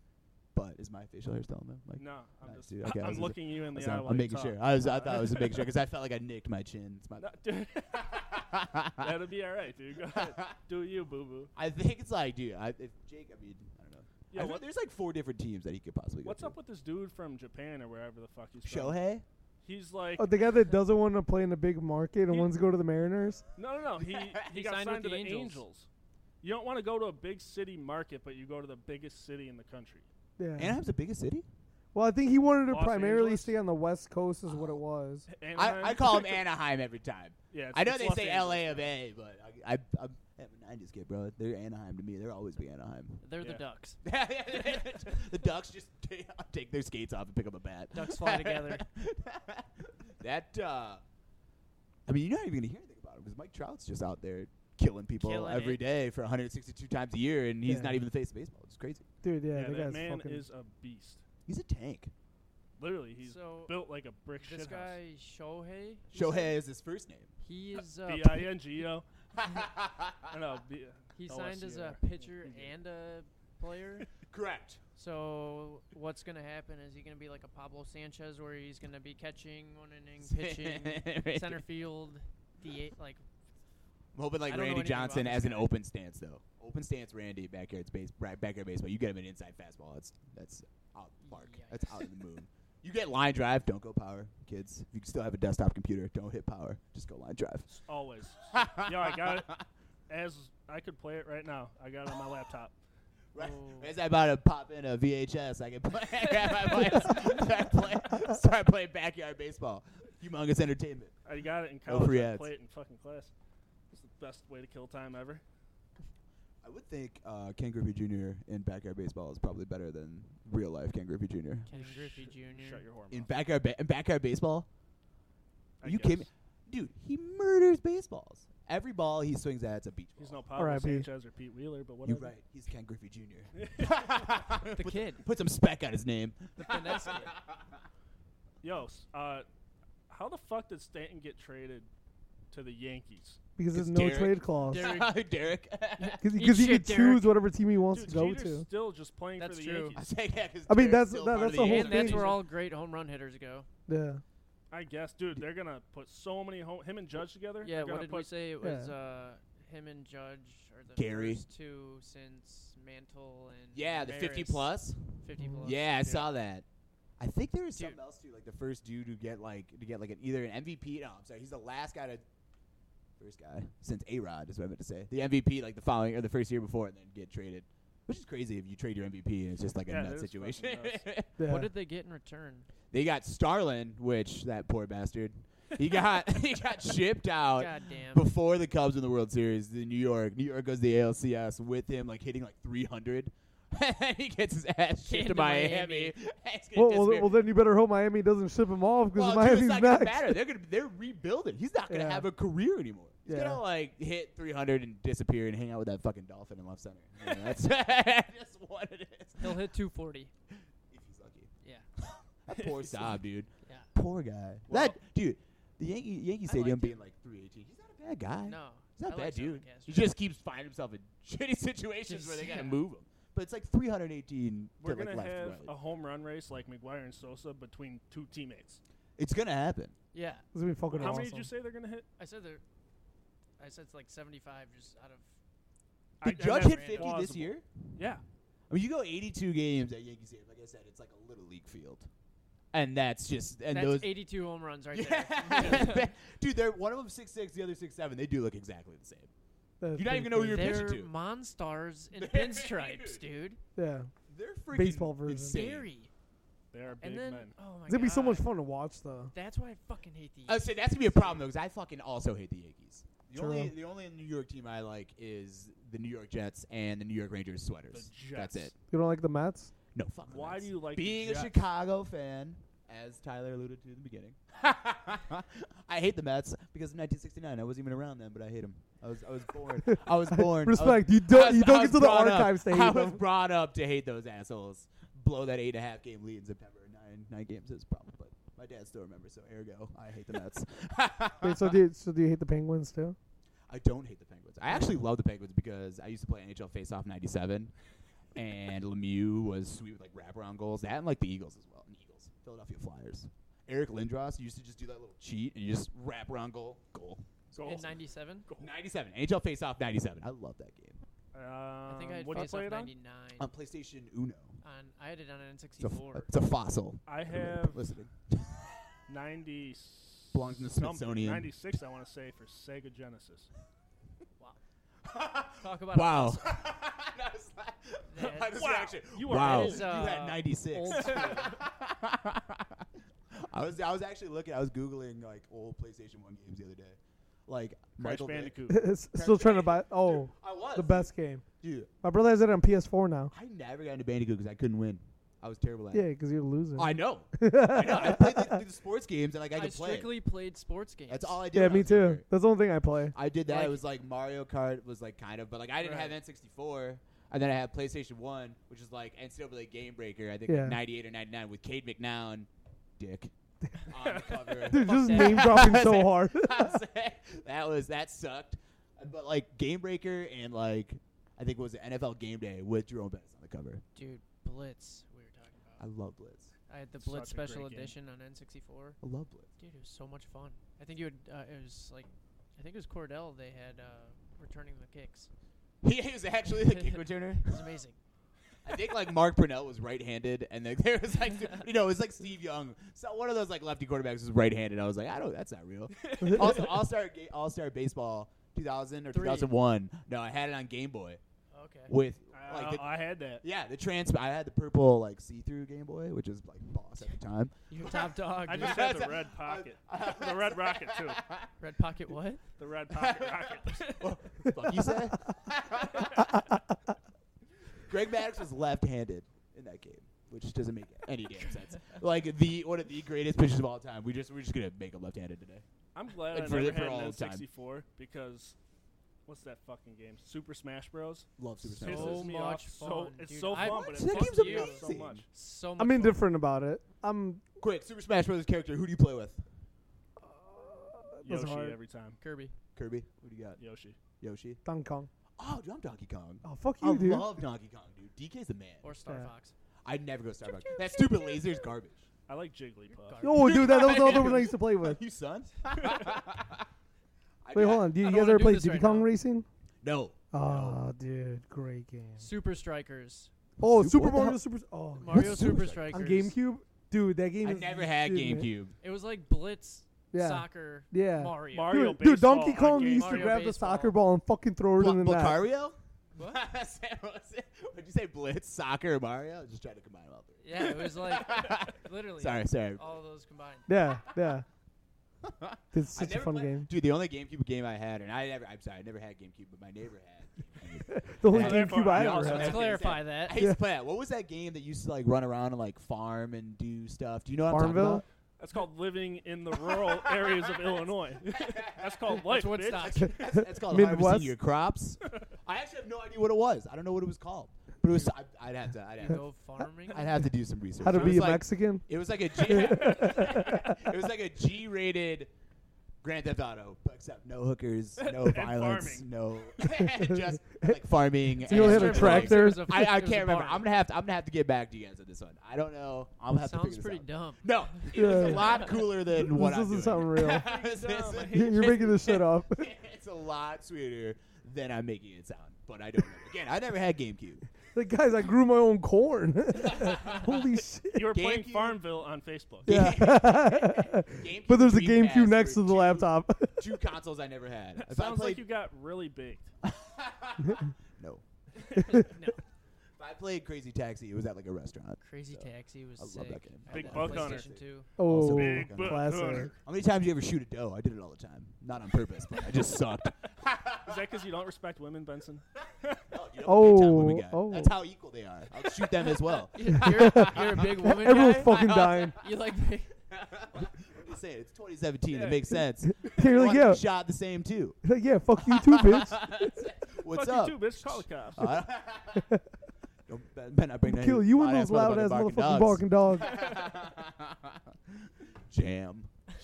S4: But is my facial hair still on them? Like,
S1: No, I'm
S4: Nice,
S1: just.
S4: dude.
S1: I- (laughs)
S4: Okay, I
S1: I'm
S4: was-
S1: looking you in the
S4: That's
S1: eye.
S4: not-
S1: while
S4: I'm
S1: you
S4: making
S1: talk. (laughs)
S4: sure. I was. I thought I was making sure because I felt like I nicked my chin. It's my (laughs)
S1: No, dude. (laughs) That'll be all right, dude. Go
S4: (laughs)
S1: ahead. Do you, boo boo?
S4: I think it's like, dude, I, if Jake, I mean, I don't know.
S1: Yo,
S4: I
S1: what-
S4: think there's like four different teams that he could possibly go
S1: What's
S4: to.
S1: up with this dude from Japan or wherever the fuck he's from?
S4: Shohei?
S1: He's like,
S2: Oh, the guy that doesn't want to play in the big market and
S1: He-
S2: wants to go to the Mariners.
S1: no, no, no.
S4: (laughs)
S1: He he,
S3: He
S1: got
S3: signed
S1: signed,
S3: with
S1: to
S3: the
S1: the
S3: Angels.
S1: Angels. You don't want to go to a big city market, but you go to the biggest city in the country.
S2: Yeah.
S4: Anaheim's the biggest city?
S2: Well, I think he wanted to
S1: Los
S2: primarily
S1: Angeles?
S2: stay on the West Coast, is what it
S4: Oh.
S2: was.
S1: Anaheim?
S4: I,
S1: (laughs)
S4: I call him Anaheim every time.
S1: yeah, it's-
S4: I know
S1: it's
S4: they
S1: Los
S4: say
S1: Angeles.
S4: LA of A, but I, I, I'm, I'm a 90s kid, bro. They're Anaheim to me. They're always be
S1: (laughs)
S4: Anaheim. (laughs)
S3: They're
S1: Yeah.
S3: the Ducks.
S4: the Ducks just (laughs) ta- take their skates off and pick up a bat.
S3: Ducks fly
S4: (laughs)
S3: together.
S4: that, uh, I mean, you're not even going to hear anything about him because Mike Trout's just out there killing people every
S3: Killing
S4: day
S3: it.
S4: for 162 times a year, and he's
S2: Yeah.
S4: not even the face of baseball. It's crazy.
S2: Dude,
S1: Yeah,
S2: yeah, the
S1: that
S2: guy's
S1: man
S2: fucking.
S1: is a beast.
S4: He's a tank.
S1: Literally, he's
S3: so
S1: built like a brick
S3: this
S1: shithouse.
S3: guy Shohei. you said?
S4: Shohei is his first name.
S3: He is. Uh,
S4: E
S1: B i n g E o. No, B-
S3: he
S1: Oh, I
S3: signed
S1: see
S3: as
S1: it
S3: a
S1: right.
S3: pitcher and a player.
S4: (laughs) Correct.
S3: So what's gonna happen? Is he gonna be like a Pablo Sanchez, where he's gonna be catching one
S4: (laughs)
S3: inning, pitching, center field, the eight, like
S4: I'm hoping
S3: I
S4: like
S3: don't know
S4: Randy
S3: anything about
S4: Johnson
S3: this
S4: as an
S3: guy.
S4: open stance though. Open stance, Randy backyard space, bra- backyard baseball. You get him an inside fastball. That's that's out the park. That's out in the moon. You get line drive. Don't go power, kids. If you still have a desktop computer, don't hit power. Just go line (laughs) drive.
S1: always. Yo, I got
S4: (laughs)
S1: it. As I could play it right now. I got it on my laptop.
S4: Right.
S3: Oh.
S4: As I about to pop in a VHS, I can play. (laughs) grab my mics, start, play, start playing backyard baseball. Humongous entertainment.
S1: I got it in
S4: No
S1: college.
S4: free
S1: I
S4: ads.
S1: played it in fucking class. It's the best way to kill time ever.
S4: I would think uh, Ken Griffey Jr. in backyard baseball is probably better than real life Ken Griffey Jr.
S3: Ken
S1: Sh-
S3: Griffey Jr.
S1: Shut your whore
S4: In
S1: mouth.
S4: backyard, ba- in backyard baseball,
S1: I
S4: you
S1: guess.
S4: kidding me? Dude, he murders baseballs. Every ball he swings at, it's a beach ball.
S1: He's no Pablo
S2: R.I.P.
S1: Sanchez or Pete Wheeler, but
S4: You're
S1: whatever.
S4: right. He's Ken Griffey Jr.
S3: the
S4: put,
S3: kid,
S4: put some spec on his name.
S3: the finesse kid.
S1: (laughs) Yo, s- uh, how the fuck did Stanton get traded to the Yankees?
S2: because
S4: It's
S2: there's no
S4: Derek.
S2: trade clause.
S3: Derek-
S4: (laughs) Derek. (laughs) I
S3: Eat
S2: Because he
S3: shit,
S2: could
S3: Derek.
S2: choose whatever team he wants
S1: Dude,
S2: to go
S1: Jeter's
S2: to.
S1: still just playing
S3: That's
S1: for the
S3: true.
S1: Yankees.
S4: say, yeah, 'cause
S2: I mean,
S4: Derek's
S2: that's-
S4: still
S2: that-
S4: part of
S2: that's the
S4: the
S2: whole
S4: Yankees.
S3: And that's
S2: thing.
S3: where all great home run hitters go.
S2: Yeah.
S1: I guess, dude, they're gonna put so many home, him and Judge together.
S3: Yeah,
S1: they're
S3: what
S1: gonna
S3: did
S1: put,
S3: we say? It
S2: Yeah.
S3: was uh, him and Judge are the
S4: Gary.
S3: first two since Mantle and
S4: Yeah, the 50
S3: Maris.
S4: plus.
S3: 50
S2: Mhm.
S3: plus.
S4: Yeah, I
S3: dude.
S4: saw that. I think there was
S3: Dude.
S4: something else too, like the first dude to get like to get like an either an MVP. No, I'm sorry, he's the last guy to first guy since A Rod is what I meant to say. The MVP like the following or the first year before, and then get traded, which is crazy if you trade your MVP and it's just
S1: (laughs)
S4: like
S1: Yeah, that
S4: a nut
S1: is
S4: situation. (laughs)
S1: fucking
S2: yeah.
S3: What did they get in return?
S4: they got Starlin, which that poor bastard. he got (laughs) he got shipped out
S3: God damn.
S4: before the Cubs in the World Series. The New York, New York goes to the ALCS with him like hitting like 300. (laughs) and he gets his ass shipped to
S3: Into
S4: Miami.
S3: Miami.
S4: (laughs) It's gonna
S2: Well, well,
S4: disappear.
S2: well, then you better hope Miami doesn't ship him off because
S4: Well, dude,
S2: Miami's
S4: it's not
S2: next.
S4: gonna matter. They're gonna they're rebuilding. He's not gonna
S2: Yeah.
S4: have a career anymore. He's
S2: Yeah.
S4: gonna like hit 300 and disappear and hang out with that fucking dolphin in left (laughs) center. You know, that's just what it is.
S3: He'll hit 240.
S4: If he's lucky.
S3: Yeah.
S4: (laughs) That poor Saab, dude.
S3: Yeah.
S4: Poor guy.
S3: Well-
S4: that dude. The Yankee Yankee
S3: I
S4: Stadium
S3: liked
S4: being
S3: him.
S4: like 318. He's not a bad guy.
S3: No.
S4: He's not
S3: I
S4: a bad
S3: like Sean
S4: dude. He
S3: Castro.
S4: just keeps finding himself in (laughs) shitty situations
S3: Just-
S4: where they gotta
S3: yeah.
S4: move him. But it's like 318
S1: We're
S4: to like
S1: gonna
S4: left.
S1: have
S4: right.
S1: a home run race like McGuire and Sosa between two teammates.
S4: It's gonna happen.
S3: Yeah.
S2: This would be fucking
S1: How
S2: awesome.
S1: many did you say they're gonna hit?
S3: I said there. I said it's like 75 just out of.
S4: Did
S1: I- I
S4: Judge
S1: meant
S4: hit 50 this
S1: plausible.
S4: year?
S1: Yeah.
S4: I mean, you go 82 games at Yankee Stadium. Like I said, it's like a little league field, and that's just and
S3: that's
S4: those.
S3: 82 home runs right
S4: yeah, (laughs)
S3: there.
S4: dude, they're one of them six six, the other six seven. They do look exactly the same.
S2: That's
S4: You're not
S2: pretty
S4: even
S3: (laughs)
S4: gonna know who
S2: crazy.
S4: you're pitching
S3: They're
S4: to.
S3: monstars in
S4: Dude.
S3: pinstripes, dude.
S2: Yeah,
S4: They're freaking
S2: Baseball version.
S4: insane.
S3: Scary.
S1: They are big
S3: And then,
S1: men.
S3: oh my god.
S2: it'd be so much fun to watch though.
S3: That's why I fucking hate the
S4: I would say Oh, that's gonna be a problem though, because I fucking also hate the Yankees. The only
S2: True.
S4: the only New York team I like is the New York Jets and the New York Rangers
S1: The
S4: sweaters. That's
S1: Jets.
S4: it.
S2: You don't like the Mets? (laughs)
S4: No, fuck. the
S1: Why
S4: Mets.
S1: do you like the
S4: being a
S1: Jets?
S4: Chicago fan, as Tyler alluded to in the
S1: (laughs)
S4: beginning? I hate the Mets because in 1969 I wasn't even around then, but I hate them. I was I was
S1: (laughs)
S4: born. I was born. I was-
S2: Respect. you
S4: I
S2: don't.
S4: was-
S2: you
S4: I
S2: don't
S4: was
S2: get to the
S4: brought up-
S2: archives to
S4: I
S2: hate
S4: was
S2: them.
S4: brought up to hate those assholes. Blow that eight and a half game lead in September. Nine nine games is a problem, but my dad still remembers. So ergo, I hate the Mets.
S2: (laughs) Wait, so do you, so do you hate the Penguins too? (laughs)
S4: I don't hate the Penguins. I actually love the Penguins because I used to play NHL Face Off '97, and Lemieux was sweet with like wraparound goals. That and like the Eagles as well. And Eagles, Philadelphia Flyers. Eric Lindros used to just do that little cheat and you just wraparound goal, goal.
S1: Goals.
S3: in 97.
S4: '97 NHL Face Off '97. I love that game
S3: I think
S1: Um,
S3: I had
S1: what'd you
S3: face
S1: play
S3: off
S1: it on?
S3: 99.
S4: on PlayStation Uno.
S3: on, I had it on an
S4: It's a, f-
S3: N64.
S4: it's a fossil.
S1: I
S4: Everybody
S1: have
S4: listening.
S1: 90
S4: Belongs in the
S1: something,
S4: Smithsonian.
S1: 96 I want to say for Sega Genesis.
S3: Talk about
S4: (laughs) Wow. (laughs)
S3: That's-
S1: Wow. You are
S4: wow.
S3: That is,
S4: you
S3: uh,
S4: had 96.
S3: old
S4: (laughs)
S3: school.
S4: I was I was actually looking. I was googling like old PlayStation One games the other day, like
S1: Crash
S4: Michael Vick.
S1: Bandicoot.
S2: S- Still trying to buy. Oh,
S4: I was
S2: the best game.
S4: dude.
S2: My brother has it on PS4 now.
S4: I never got into Bandicoot because I couldn't win. I was terrible at
S2: Yeah,
S4: it.
S2: because you're losing. (laughs)
S4: I know. I know. I played the, the sports games and like I
S3: I,
S4: could play.
S3: strictly played sports games.
S4: That's all I
S2: (laughs)
S4: did.
S2: yeah,
S4: when I
S2: me
S4: was
S2: too.
S4: younger.
S2: That's the only thing I play.
S4: I did that.
S3: Like-
S4: it was like Mario Kart was like kind of, but like I didn't
S3: Right.
S4: have N64, and then I had PlayStation One, which is like NCAA Game Breaker. I think
S2: Yeah.
S4: like '98 or '99 with Cade McNown, Dick, on the
S2: (laughs)
S4: cover.
S2: Dude,
S3: Fuck
S2: just
S3: that.
S2: name dropping so
S4: (laughs) Say-
S2: hard.
S4: I'm saying, that was that sucked. But like Game Breaker and like I think it was the NFL Game Day with Jerome Bettis on the cover.
S3: Dude, Blitz, we were talking
S4: I
S3: about.
S4: love Blitz.
S3: I had the
S1: Such
S3: Blitz
S1: a great
S3: Special
S1: game.
S3: Edition on N64.
S4: I love Blitz. (laughs)
S3: Dude, it was so much fun. I think you would. Uh, it was like, I think it was Cordell. They had uh, returning the kicks.
S4: He, was (laughs) actually
S3: (laughs)
S4: the kick returner.
S3: It was
S4: (laughs)
S3: amazing.
S4: I think like Mark Brunell was right-handed, and then (laughs) there was like you know it was like Steve Young. So one of those like lefty quarterbacks was right-handed. I was like, I don't. That's not real.
S2: (laughs)
S4: also, All Star Ga- All Star Baseball 2000 or
S3: Three. Uh,
S4: 2001. No, I had it on Game Boy
S3: okay.
S4: with
S1: I-
S4: (laughs) like the,
S1: Uh, I had that.
S4: yeah the trans. I had the purple like see-through Game Boy, which was like boss at the time.
S3: You're top
S2: (laughs)
S3: dog.
S1: I
S3: dude.
S1: just had the red
S4: (laughs)
S1: pocket. the red rocket, too.
S3: Red Pocket what?
S1: The red pocket
S4: (laughs)
S1: rocket.
S4: Fuck you say? (laughs) Greg Maddox was left-handed in that game, which doesn't make any damn sense. Like the one of the greatest pitchers of all time. We just we're just gonna make him left-handed today.
S1: I'm glad
S4: Like,
S1: I
S4: for-
S1: never
S4: for
S1: had
S4: all
S1: an
S4: time.
S1: N64 because what's that fucking game? Super Smash Bros.
S4: Love Super
S1: Pisses
S4: Smash.
S3: So
S4: Bros.
S1: me
S3: much
S1: off so
S3: fun,
S1: it's
S3: dude.
S1: so
S3: I-
S1: fun,
S3: What?
S1: but it
S4: That
S1: pisses
S4: game's
S1: me off so
S4: amazing.
S1: much.
S3: So much.
S2: I'm
S3: fun.
S2: indifferent about it. I'm.
S4: Quick, Super Smash Bros. character. Who do you play with?
S2: uh, That's
S1: Yoshi
S2: hard.
S1: every time.
S3: Kirby.
S4: Kirby. Who do you got?
S1: Yoshi.
S4: Yoshi.
S2: Donkey Kong.
S4: Oh, dude, I'm Donkey Kong.
S2: Oh fuck
S4: I
S2: you, dude.
S4: love Donkey Kong, dude. DK's the man.
S3: Or Star
S2: Yeah.
S3: Fox.
S4: I'd never go Starbucks. That stupid laser's garbage.
S1: I like Jigglypuff.
S3: garbage.
S2: Oh, dude, that, that was the other one I used to play
S4: Are
S2: with.
S4: (laughs) you son?
S2: Wait, hold on. Do you
S3: I don't
S2: guys
S3: wanna
S2: ever
S3: do
S2: play
S3: this
S2: Diddy
S3: right
S2: Kong
S3: now.
S2: Racing?
S4: No.
S2: Oh, dude, great game.
S3: Super Strikers.
S2: Oh,
S4: Sup-
S2: Super
S4: what the
S2: Mario
S4: hell-
S2: Super. Oh,
S3: Mario
S4: Super
S3: Super Strikers.
S4: Strikers?
S2: on GameCube, dude, that game.
S4: I
S2: is
S4: never had
S2: shit, man.
S4: GameCube.
S3: It was like Blitz,
S2: Yeah.
S3: soccer,
S2: Yeah.
S3: Mario.
S1: Mario.
S2: Dude, dude,
S1: baseball
S2: Donkey
S1: on
S2: Kong
S1: game-
S2: used to
S3: Mario
S2: grab the
S3: baseball.
S2: soccer ball and fucking throw it
S4: Bla-
S2: in the net.
S4: Blackario?
S3: What?
S4: (laughs) What? you say? Blitz, soccer, Mario? I was just trying to combine them all three. (laughs)
S3: Yeah, it was like literally
S4: sorry, sorry.
S3: all those combined.
S2: Yeah, yeah. It's
S4: I
S2: such a
S4: never
S2: fun
S4: played-
S2: game.
S4: Dude, the only GameCube game I had, and I never, I'm sorry, I never had GameCube, but my neighbor had.
S2: (laughs) The only
S4: Yeah,
S2: GameCube I
S1: we
S2: ever
S4: also
S2: had.
S3: Let's
S4: had-
S3: clarify that.
S4: I used to play that. What was that game that used to like run around and like farm and do stuff? Do you know what
S2: Farmville?
S1: That's called living in the rural areas of Illinois. (laughs) That's called life,
S3: That's
S1: bitch.
S3: Woodstock.
S4: I'm talking about? That's, that's
S2: (laughs)
S4: called
S2: Midwest?
S4: harvesting your crops. I actually have no idea what it was. I don't know what it was called, but it was. I, I'd have to. I'd
S3: You
S4: have to,
S3: go farming.
S4: I'd have to do some research.
S2: How to
S4: It was
S2: be a
S4: like,
S2: Mexican?
S4: It was like
S2: (laughs)
S4: a G. it was like a G-rated Grand Theft Auto, except
S2: (laughs)
S4: no hookers, no
S1: And
S4: violence, no (laughs) just like farming.
S2: So you only
S4: and
S2: had a
S4: strip clubs.
S2: tractor?
S3: There's a-
S2: (laughs)
S4: I, I
S3: there's a
S4: can't remember.
S3: barn.
S4: I'm gonna have to. I'm gonna have to get back to you guys on this one. I don't know. I'll have to
S3: Sounds
S4: figure
S3: pretty
S4: this
S3: dumb.
S4: out. (laughs) No, it was a
S2: Yeah.
S4: lot cooler than what
S2: This
S4: I'm
S2: doesn't
S4: doing.
S2: sound
S4: (laughs)
S2: real.
S3: Oh
S4: This
S3: Dumb.
S4: is-
S2: You- You're making this shit up.
S4: (laughs) it's a lot sweeter than I'm making it sound. But I don't know. Again, I never had GameCube.
S2: Like, guys, I grew my own corn. Holy shit.
S1: You were playing
S4: GameCube.
S1: Farmville on Facebook.
S2: Yeah.
S4: GameCube
S2: (laughs) but there's a
S4: and Dreamcast
S2: GameCube next to
S4: were
S2: the
S4: two-
S2: laptop. (laughs)
S4: Two consoles I never had. If I
S1: Sounds
S4: played-
S1: like you got really baked.
S4: no.
S3: no,
S4: If I played Crazy Taxi, it was at like a restaurant.
S3: Crazy
S4: So,
S3: Taxi was
S4: I love
S3: sick.
S4: that game.
S3: I
S1: Big
S3: had
S1: buck hunter.
S3: PlayStation 2.
S4: Also
S2: Oh,
S1: big buck (laughs)
S2: classic.
S1: hunter.
S4: How many times you ever shoot a doe? I did it all the time. Not on purpose, but I
S2: (laughs)
S4: just sucked.
S1: Is that because you don't respect women, Benson?
S4: No, you don't get time women
S2: Oh,
S4: got.
S2: oh.
S4: That's how equal they are. I'll shoot them as
S2: (laughs)
S4: well.
S3: (laughs) You're, you're a big woman
S2: Everyone's
S3: guy.
S2: fucking dying.
S3: (laughs)
S2: (laughs)
S3: You like big.
S4: I'm just saying, it's 2017.
S1: Yeah.
S4: It makes sense.
S2: (laughs) You're
S4: Everyone
S2: like, yeah,
S4: shot the same too.
S2: like, yeah, fuck you too, bitch.
S4: What's
S1: Fuck
S4: up? (laughs)
S1: you too, bitch. Call the cops.
S4: Oh, I
S2: (laughs)
S4: don't- Don't- bet- bet not bring that
S2: Kill you and
S4: loud-ass
S2: those loud ass
S4: motherfucking
S2: motherfucking
S4: dogs.
S2: barking
S4: (laughs)
S2: dog.
S4: Jam.
S1: (laughs)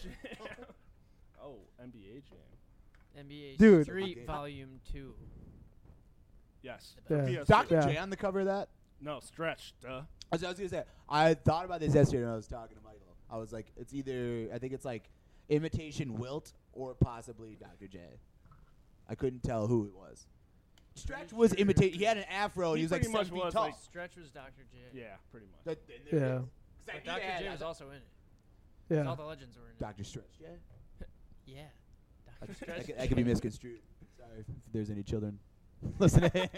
S1: oh, NBA Jam.
S3: NBA
S2: Dude.
S3: Street
S4: Okay.
S3: Volume 2.
S1: Yes.
S2: Yeah.
S1: PS3.
S4: Dr.
S2: Yeah.
S4: J on the cover of that?
S1: No, stretch. Duh.
S4: I was, I was gonna say I thought about this yesterday when I was talking to Michael. I was like, it's either I think it's like imitation Wilt or possibly Dr. J. I couldn't tell who it was. Stretch was imitate. He had an afro. and
S1: He
S4: He, was like
S1: pretty much
S4: seven feet
S1: was,
S4: tall.
S1: like-
S3: Stretch was Dr. J.
S1: Yeah, pretty much.
S4: But then there
S2: Yeah.
S4: it is. 'Cause I
S3: But
S4: knew they
S3: Dr. J
S4: had-
S3: was also in it. 'Cause
S2: Yeah.
S3: All the legends were in
S1: (laughs)
S3: it.
S4: Dr. Stretch. Yeah.
S3: yeah. Dr.
S4: That
S3: Stretch.
S4: could, that could be misconstrued. Sorry if there's any children (laughs) listening.
S1: (laughs) (laughs)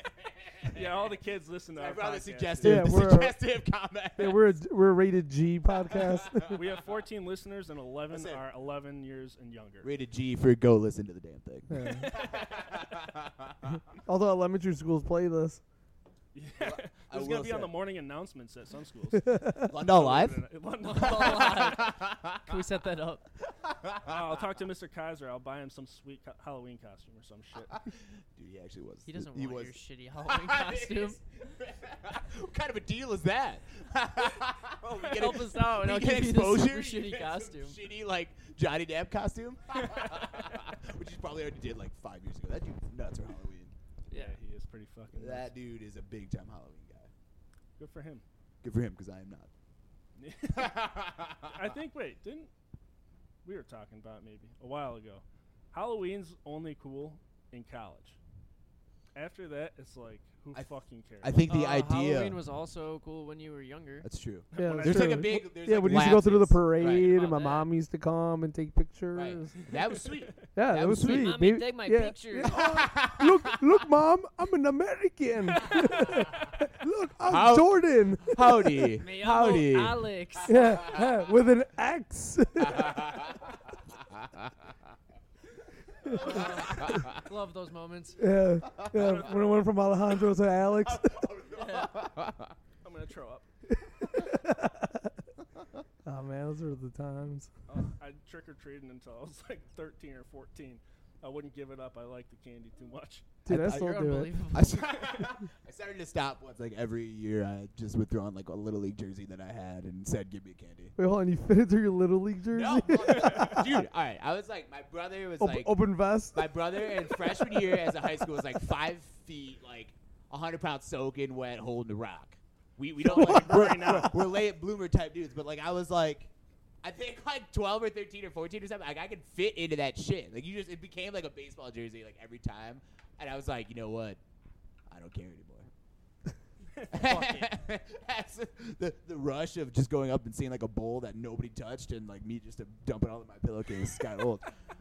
S1: Yeah, all the kids listen to
S4: I
S1: our
S4: brought the
S1: podcast.
S4: suggestive,
S2: Yeah,
S4: the
S2: we're-
S4: suggestive comment.
S2: Yeah, we're a, we're a rated G
S4: (laughs)
S2: podcast.
S1: (laughs)
S2: (laughs)
S1: (laughs) We have 14 listeners, and 11
S4: Listen.
S1: are 11 years and younger.
S4: Rated G for go listen to the damn thing.
S2: Yeah. Although elementary schools play (laughs) this.
S1: Yeah. (laughs)
S4: I
S1: This is gonna
S4: will
S1: be on
S4: say-
S1: the morning announcements at some
S4: (laughs)
S1: schools.
S4: London Live?
S1: (laughs) London
S4: (laughs)
S3: (laughs) London
S1: Live.
S3: Live. Can we set that up?
S1: I'll talk to Mr. Kaiser. I'll buy him some sweet co- Halloween costume or some
S4: (laughs)
S1: shit.
S4: Dude, he actually was.
S3: He doesn't
S4: he
S3: want (laughs)
S4: was.
S3: your
S4: (laughs)
S3: shitty Halloween costume.
S4: what kind of a deal is
S3: (laughs)
S4: that? oh, we
S3: Help
S4: ex-
S3: us out and
S4: we
S3: I'll
S4: get
S3: give you this
S4: exposure.
S3: super (laughs) shitty
S4: You get some
S3: costume.
S4: Shitty like Johnny
S3: (laughs)
S4: Depp costume, which he probably already did like five years ago. That dude's nuts for Halloween.
S3: Yeah.
S1: he is pretty fucking. nuts.
S4: That dude is a big time Halloween guy.
S1: Good for
S4: (laughs)
S1: him.
S4: Good for him because I am
S3: (laughs)
S4: not.
S1: I think. Wait, didn't we were talking about maybe a while ago? Halloween's only cool in college. After that, it's like who
S4: I-
S1: fucking cares?
S4: I think the
S3: Uh,
S4: idea.
S3: Halloween was also cool when you were younger.
S4: that's true.
S2: Yeah,
S1: When I
S2: that's
S4: There's like a
S2: true.
S4: big. There's
S2: yeah,
S4: like
S2: when you used to go through the
S4: lapses.
S2: parade, and
S4: Right.
S2: my
S3: About that.
S2: mom used to come and take pictures.
S4: Right. That
S3: (laughs)
S4: was sweet.
S2: Yeah,
S4: That
S2: that was
S4: was sweet.
S2: sweet.
S3: Mommy,
S2: Maybe-
S3: take my
S2: yeah. (laughs)
S3: picture.
S2: look, look, mom, I'm an American. (laughs) look, I'm
S4: How-
S2: Jordan. (laughs)
S4: Howdy.
S3: Me llamo
S4: Howdy.
S3: Alex.
S2: yeah, with an X. (laughs)
S4: (laughs)
S3: (laughs) Love those moments.
S2: yeah, yeah, when it went from Alejandro to Alex. (laughs)
S1: I'm gonna throw up.
S2: oh man, those were the times.
S1: Uh, I trick or treated until I was like 13 or 14. I wouldn't give it up. I liked the candy too (laughs) much.
S2: Dude, I,
S4: I- I-
S2: still
S3: You're
S2: do it.
S3: unbelievable.
S4: I s- (laughs) I started to stop once, like every year. I just would throw on like a little league jersey that I had and said, "Give me a candy."
S2: Wait, hold on, you fit it through your little league jersey? (laughs)
S4: (laughs) No, dude. All right, I was like, my brother was
S2: Op-
S4: like,
S2: open vest.
S4: my brother in freshman year as a high school was like five feet, like hundred pounds soaking wet, holding a rock. We we don't (laughs) like we're, we're late bloomer type dudes, but like I was like, I think like twelve or thirteen or fourteen or something. Like I could fit into that shit. Like you just it became like a baseball jersey like every time, and I was like, you know what, I don't
S2: (laughs)
S4: care anymore. That's the the rush of just going up and seeing like a bowl that nobody touched and like me just to dump it all in my pillowcase got old.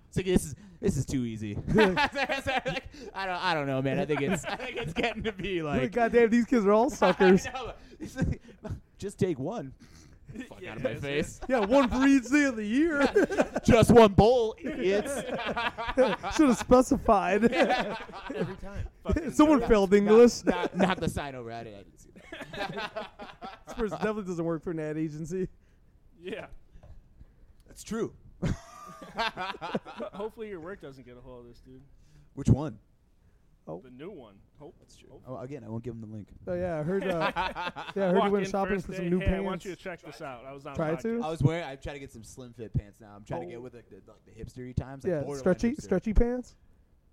S4: It's like this is this is
S2: (laughs)
S4: too easy. (laughs) Like, I don't I don't know, man. I think it's I think it's getting to be
S2: Like,
S4: (laughs) like
S2: goddamn, these kids are all suckers. (laughs)
S4: I know. It's like, just take one. Fuck out of my face.
S2: Yeah, one for each day of the year. (laughs)
S4: (laughs) Just one bowl, idiots.
S2: Should have specified. (laughs)
S3: every time.
S2: Someone failed English.
S4: Not, not, not the sign over. I didn't, I didn't see that.
S2: This person definitely doesn't work for an ad agency.
S1: (laughs) Yeah.
S4: That's true.
S1: (laughs) Hopefully your work doesn't get a hold of this, dude.
S4: Which one?
S1: The new one. Hope
S4: That's true. Oh, again, I won't give him the link.
S2: Oh yeah, I
S1: (laughs)
S2: heard. Uh, yeah, I heard you
S1: Walk
S2: went
S1: in
S2: shopping
S1: first
S2: for
S1: day,
S2: some new
S1: hey,
S2: pants.
S1: I want you to check this out. I was on
S2: Try
S1: podcast.
S2: to?
S4: I was wearing. I tried to get some slim fit pants now. I'm trying
S2: Oh.
S4: to get with like the, like the hipstery times. Like
S2: yeah,
S4: borderline
S2: stretchy,
S4: hipster.
S2: stretchy pants.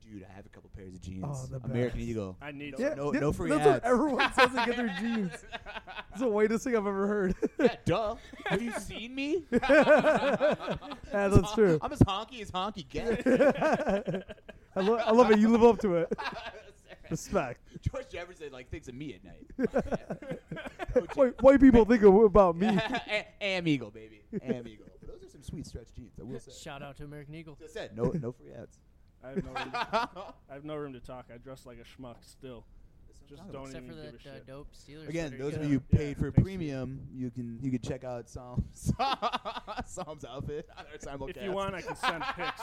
S4: Dude, I have a couple pairs of jeans.
S2: Oh, the
S4: American
S2: best. (laughs)
S4: Eagle.
S1: I need
S4: No,
S1: some.
S2: Yeah,
S4: no,
S2: yeah,
S4: no free
S2: That's
S4: ads.
S2: what everyone says they get
S4: (laughs)
S2: their jeans. It's the whitest thing I've ever heard.
S4: Yeah, duh. Have you seen me?
S2: (laughs) yeah, that's true.
S4: I'm as honky as honky
S2: (laughs)
S4: gets. (laughs)
S2: I, lo- I love it. You live up to it. Respect. (laughs)
S4: George Jefferson like thinks of me at night.
S2: (laughs)
S1: (laughs)
S4: Oh, Jim.
S2: White, white people think of, about me.
S4: (laughs) A- Am Eagle, baby. Am Eagle. But those are some sweet stretch jeans.
S1: (laughs)
S3: (laughs)
S4: I will say.
S3: Shout out to American Eagle.
S4: Just said no, no free ads.
S1: I have no room to, I have no room to talk. I dress like a schmuck still. (laughs) Just don't
S3: Except for
S1: even
S3: that
S1: give a
S3: uh,
S1: shit.
S3: dope Steelers.
S4: Again,
S3: sweater
S4: those
S3: got. (laughs)
S4: of you
S1: Yeah,
S4: paid for
S1: thanks, dude.
S4: premium, you can you can check out (laughs) Psalms Psalms outfit (laughs) on our simulcast.
S1: If you want, I can
S2: (laughs)
S1: send pics.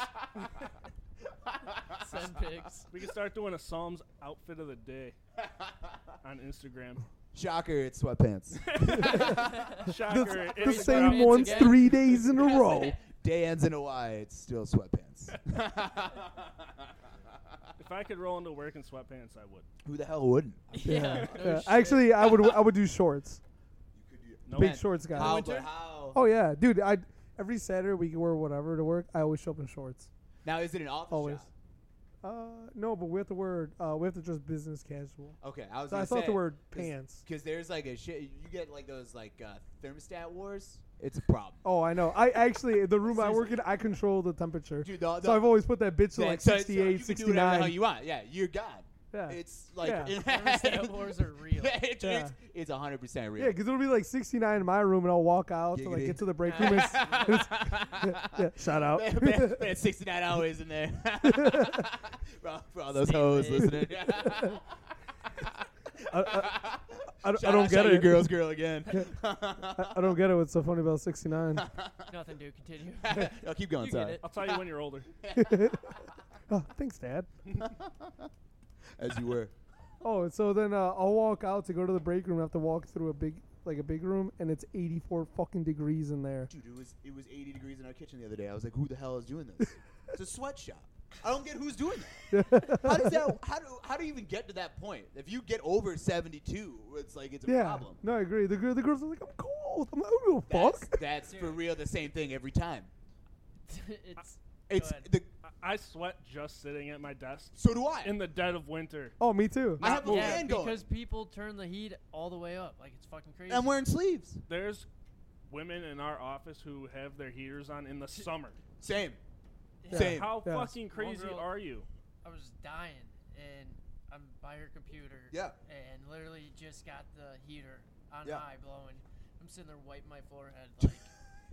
S3: Send (laughs)
S4: (laughs)
S3: pics.
S1: We can start doing a Psalms outfit of the
S2: (laughs)
S1: day on Instagram.
S4: (laughs) Shocker, it's sweatpants.
S1: Shocker,
S2: The
S1: it's
S3: Raise
S2: same
S3: brows
S1: sweatpants.
S2: ones
S3: again.
S2: three (laughs)
S1: (laughs)
S2: days in a row.
S4: Day ends in a Y, it's
S2: (laughs)
S4: still sweatpants.
S1: If I could roll into work in sweatpants, I would.
S4: Who the hell wouldn't?
S3: Yeah. no
S2: (laughs) Yeah,
S3: shit.
S2: Actually, I would I would do shorts.
S1: No,
S2: Big
S1: man.
S2: shorts guy.
S4: How,
S3: Winter?
S4: but how?
S2: Oh yeah, dude. I every Saturday we can wear whatever to work. I always show up in shorts.
S4: Now is it an office
S2: Always.
S4: job?
S2: Uh, no, but we have to wear. Uh, we have to dress business casual.
S4: Okay, I was.
S2: So I
S4: gonna
S2: thought
S4: say,
S2: the word pants.
S4: Because there's like a shit. You get like those like uh, thermostat wars. It's a problem.
S2: Oh, I know. I actually the room I work in, I control the temperature.
S4: Dude, the, the,
S2: So I've always put that bitch to
S4: that-
S2: like
S4: so- so
S2: 68,
S4: you can do whatever the hell
S2: 69.
S4: you want. Yeah, you're God.
S2: Yeah.
S4: It's like
S2: Yeah.
S4: (laughs)
S3: Thermostat wars are real.
S4: Yeah, it-
S2: Yeah.
S4: It's, it's 100% real.
S2: Yeah, because it'll be like 69 in my room, and I'll walk out to like
S4: Giggity.
S2: get to the break room. It's, it's, (laughs) yeah, shout out.
S4: Man,
S2: (laughs)
S4: man, man, 69 hours in there. (laughs) for, all, for all those hoes
S3: Stupid. (laughs)
S4: listening. (laughs)
S2: I, I, I don't- I
S4: Shout
S2: don't get
S4: out- shout out Your
S2: it.
S4: girl's girl again. (laughs)
S2: I, I don't get it. What's so funny about 69?
S3: Nothing, dude. Continue. (laughs)
S4: no, keep going.
S3: You get
S4: sorry.
S3: it.
S1: I'll tell you when you're older.
S2: (laughs) oh, thanks, Dad.
S4: As you were.
S2: Oh, so then uh, I'll walk out to go to the break room. I have to walk through a big, like a big room, and it's 84 fucking degrees in there.
S4: Dude, it was it was 80 degrees in our kitchen the other day. I was like, who the hell is doing
S2: (laughs)
S4: this? it's a sweatshop. I don't get who's doing that.
S2: (laughs)
S4: how does that? How do how do you even get to that point? If you get over 72, it's like it's a
S2: Yeah.
S4: problem.
S2: No, I agree. The, gir- the girls are like, I'm cold. I'm like, I don't give a
S4: That's,
S2: fuck.
S4: that's for
S3: Dude.
S4: real the same thing every time.
S3: it's
S4: It's
S3: ahead.
S4: the
S1: I- I sweat just sitting at my desk
S4: so do I.
S1: in the dead of winter.
S2: Oh, me too.
S4: I have a
S3: yeah,
S4: fan going.
S3: because people turn the heat all the way up. Like it's fucking crazy.
S4: I'm wearing sleeves.
S1: There's women in our office who have their heaters on in the summer.
S4: Same.
S3: Yeah.
S4: Same.
S1: How
S2: Yeah.
S1: fucking crazy
S3: girl-
S1: are you?
S3: I was dying, and I'm by her computer.
S4: Yeah.
S3: And literally just got the heater on
S4: Yeah.
S3: high blowing. I'm sitting there wiping my
S4: (laughs)
S3: forehead like,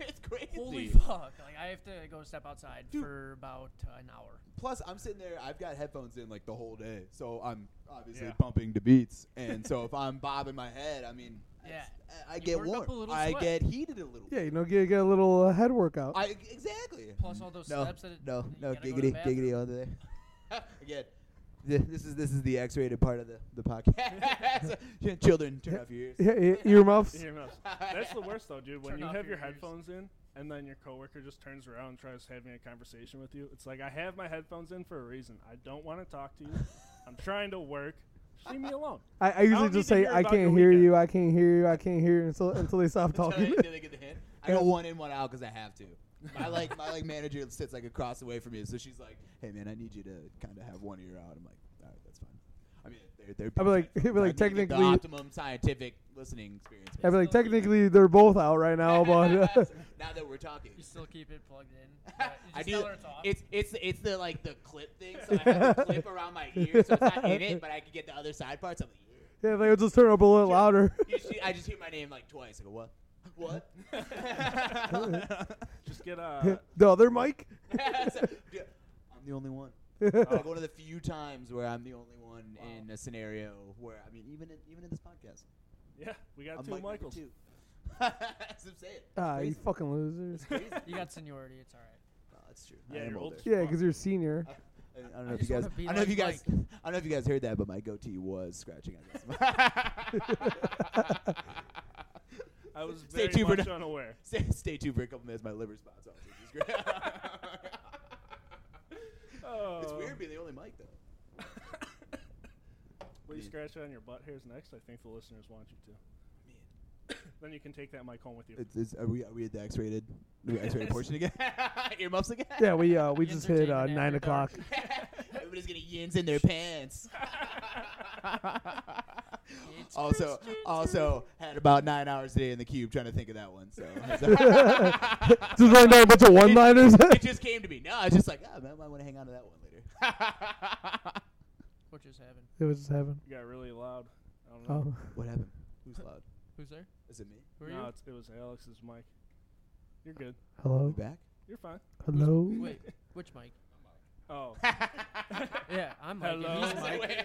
S4: (laughs) it's crazy.
S3: holy fuck! Like I have to go step outside
S4: Dude. Mm-hmm.
S3: for about uh, an hour.
S4: Plus, I'm sitting there. I've got headphones in like the whole day, so I'm obviously
S1: Yeah.
S4: bumping to beats. And so
S3: (laughs)
S4: if I'm bobbing my head, I mean,
S3: Yeah.
S4: it's- I, I
S3: You
S4: get
S3: work up a
S4: warm.
S3: little
S4: I
S3: sweat.
S4: get heated a little.
S2: Yeah, you know, get, get a little uh, head workout.
S4: I exactly.
S3: Plus all those
S4: No,
S3: steps that it,
S4: no,
S3: you
S4: no,
S3: gotta go to
S4: giggity,
S3: the bathroom.
S4: giggity all day. (laughs) Again, th- this is this is the X-rated part of the the podcast. (laughs) Children, turn off your (laughs) ears.
S2: (laughs) yeah, e- earmuffs.
S1: Hear me out. That's the worst though, dude. When
S3: Turn
S1: you
S3: off
S1: have your
S3: your ears.
S1: headphones in and then your coworker just turns around and tries having a conversation with you, it's like I have my headphones in for a reason. I don't want to talk to
S3: (laughs)
S1: you. I'm trying to work. Just leave me alone.
S2: I, I usually
S1: don't
S2: just
S1: need to
S2: say,
S1: hear
S2: I
S1: about your
S2: can't hear
S1: weekend."
S2: you, I can't hear you, I can't hear you until, until they
S4: (laughs)
S2: stop
S4: Did I-
S2: talking. (laughs)
S4: did I get the hint? I go one in, one out because I have to. My like my like manager sits like across away from me, so she's like, "Hey man, I need you to kind of have one ear out." I'm like, "All right, that's fine." I mean, they're they're.
S2: I'd be like-
S4: being
S2: (laughs) I'd be like,
S4: scientific. I need
S2: technically-
S4: the optimum scientific listening experience.
S2: I'd be
S4: man.
S2: like, technically, they're both out right
S4: (laughs)
S2: now, but (laughs) uh,
S4: now that we're talking,
S3: You
S4: (laughs)
S3: still keep it plugged in. but you
S4: I
S3: just
S4: do.
S3: tell her it's off.
S4: It's it's it's the like the clip thing. So I
S2: (laughs)
S4: have the clip around my ear, so it's not in it, but I can get the other side parts. I'm like, yeah.
S2: yeah, they'll just turn up a little louder. (laughs)
S4: You see- I just hear my name like twice. I go, "What? (laughs) What?"
S1: Just get uh,
S2: (laughs)
S1: a
S2: the other mic?
S4: (laughs) Yeah, I'm the only one. Like one of the few times where I'm the only one
S1: Wow.
S4: in a scenario where I mean, even in, even in this podcast,
S1: yeah. We got
S4: I'm
S1: two
S4: Mike number
S1: (laughs)
S4: (laughs)
S1: Michaels.
S4: two. That's what I'm saying.
S2: Ah, you
S4: Crazy.
S2: fucking losers.
S4: Crazy.
S3: You got seniority. It's all right.
S4: No, that's true.
S1: Yeah,
S4: I am
S1: you're
S4: older.
S1: old.
S2: Yeah, because you're a senior.
S4: I, I don't know
S3: I
S4: if you
S3: just wanna
S4: guys. I
S3: be
S4: don't know if you
S3: like
S4: guys.
S3: Mike.
S4: I don't know if you guys heard that, but my goatee was scratching.
S3: (laughs)
S4: I guess.
S1: (laughs) I was
S4: Stay
S1: very
S4: tuned for
S1: much
S4: no-
S1: unaware.
S4: stay, stay tuned for a couple minutes. My liver spots off. Which is great. (laughs)
S1: Oh.
S4: (laughs)
S1: (laughs)
S4: it's weird being the only mic though.
S1: Will you
S4: Yeah.
S1: scratch it on your butt hairs next? I think the listeners want you to. (coughs) Then you can take that mic home with you.
S4: It's, it's, are we are we at the X-rated? The X-rated
S1: (laughs)
S4: portion again? (laughs) Earmuffs again?
S2: Yeah, we uh we
S3: Yes,
S2: just
S3: they're
S2: hit uh
S3: taking
S2: nine
S3: after
S2: o'clock.
S3: dark.
S4: Everybody's getting yins in their pants.
S3: It's
S4: also,
S3: Christian
S4: also had about nine hours today in the cube trying to think of that one.
S1: (laughs)
S4: So
S2: (laughs) Just right now a
S4: (laughs)
S2: bunch of one liners.
S4: it just came to me. No, I was just like, oh, man, I want to hang on to that one later.
S3: What just happened?
S2: (laughs) it was just happening.
S1: You got really loud. I don't know.
S2: Oh,
S4: what happened? Who's loud?
S3: Who's there?
S4: Is it me?
S3: Who are
S1: no,
S3: you?
S1: it's, it was Alex's mic. You're good.
S4: We
S2: hello,
S4: back?
S1: You're fine.
S2: hello. (laughs)
S3: Wait, which Mike?
S4: (laughs)
S1: Oh,
S3: Yeah, I'm Mike. and
S1: Hello?
S3: he's Mike.
S4: Very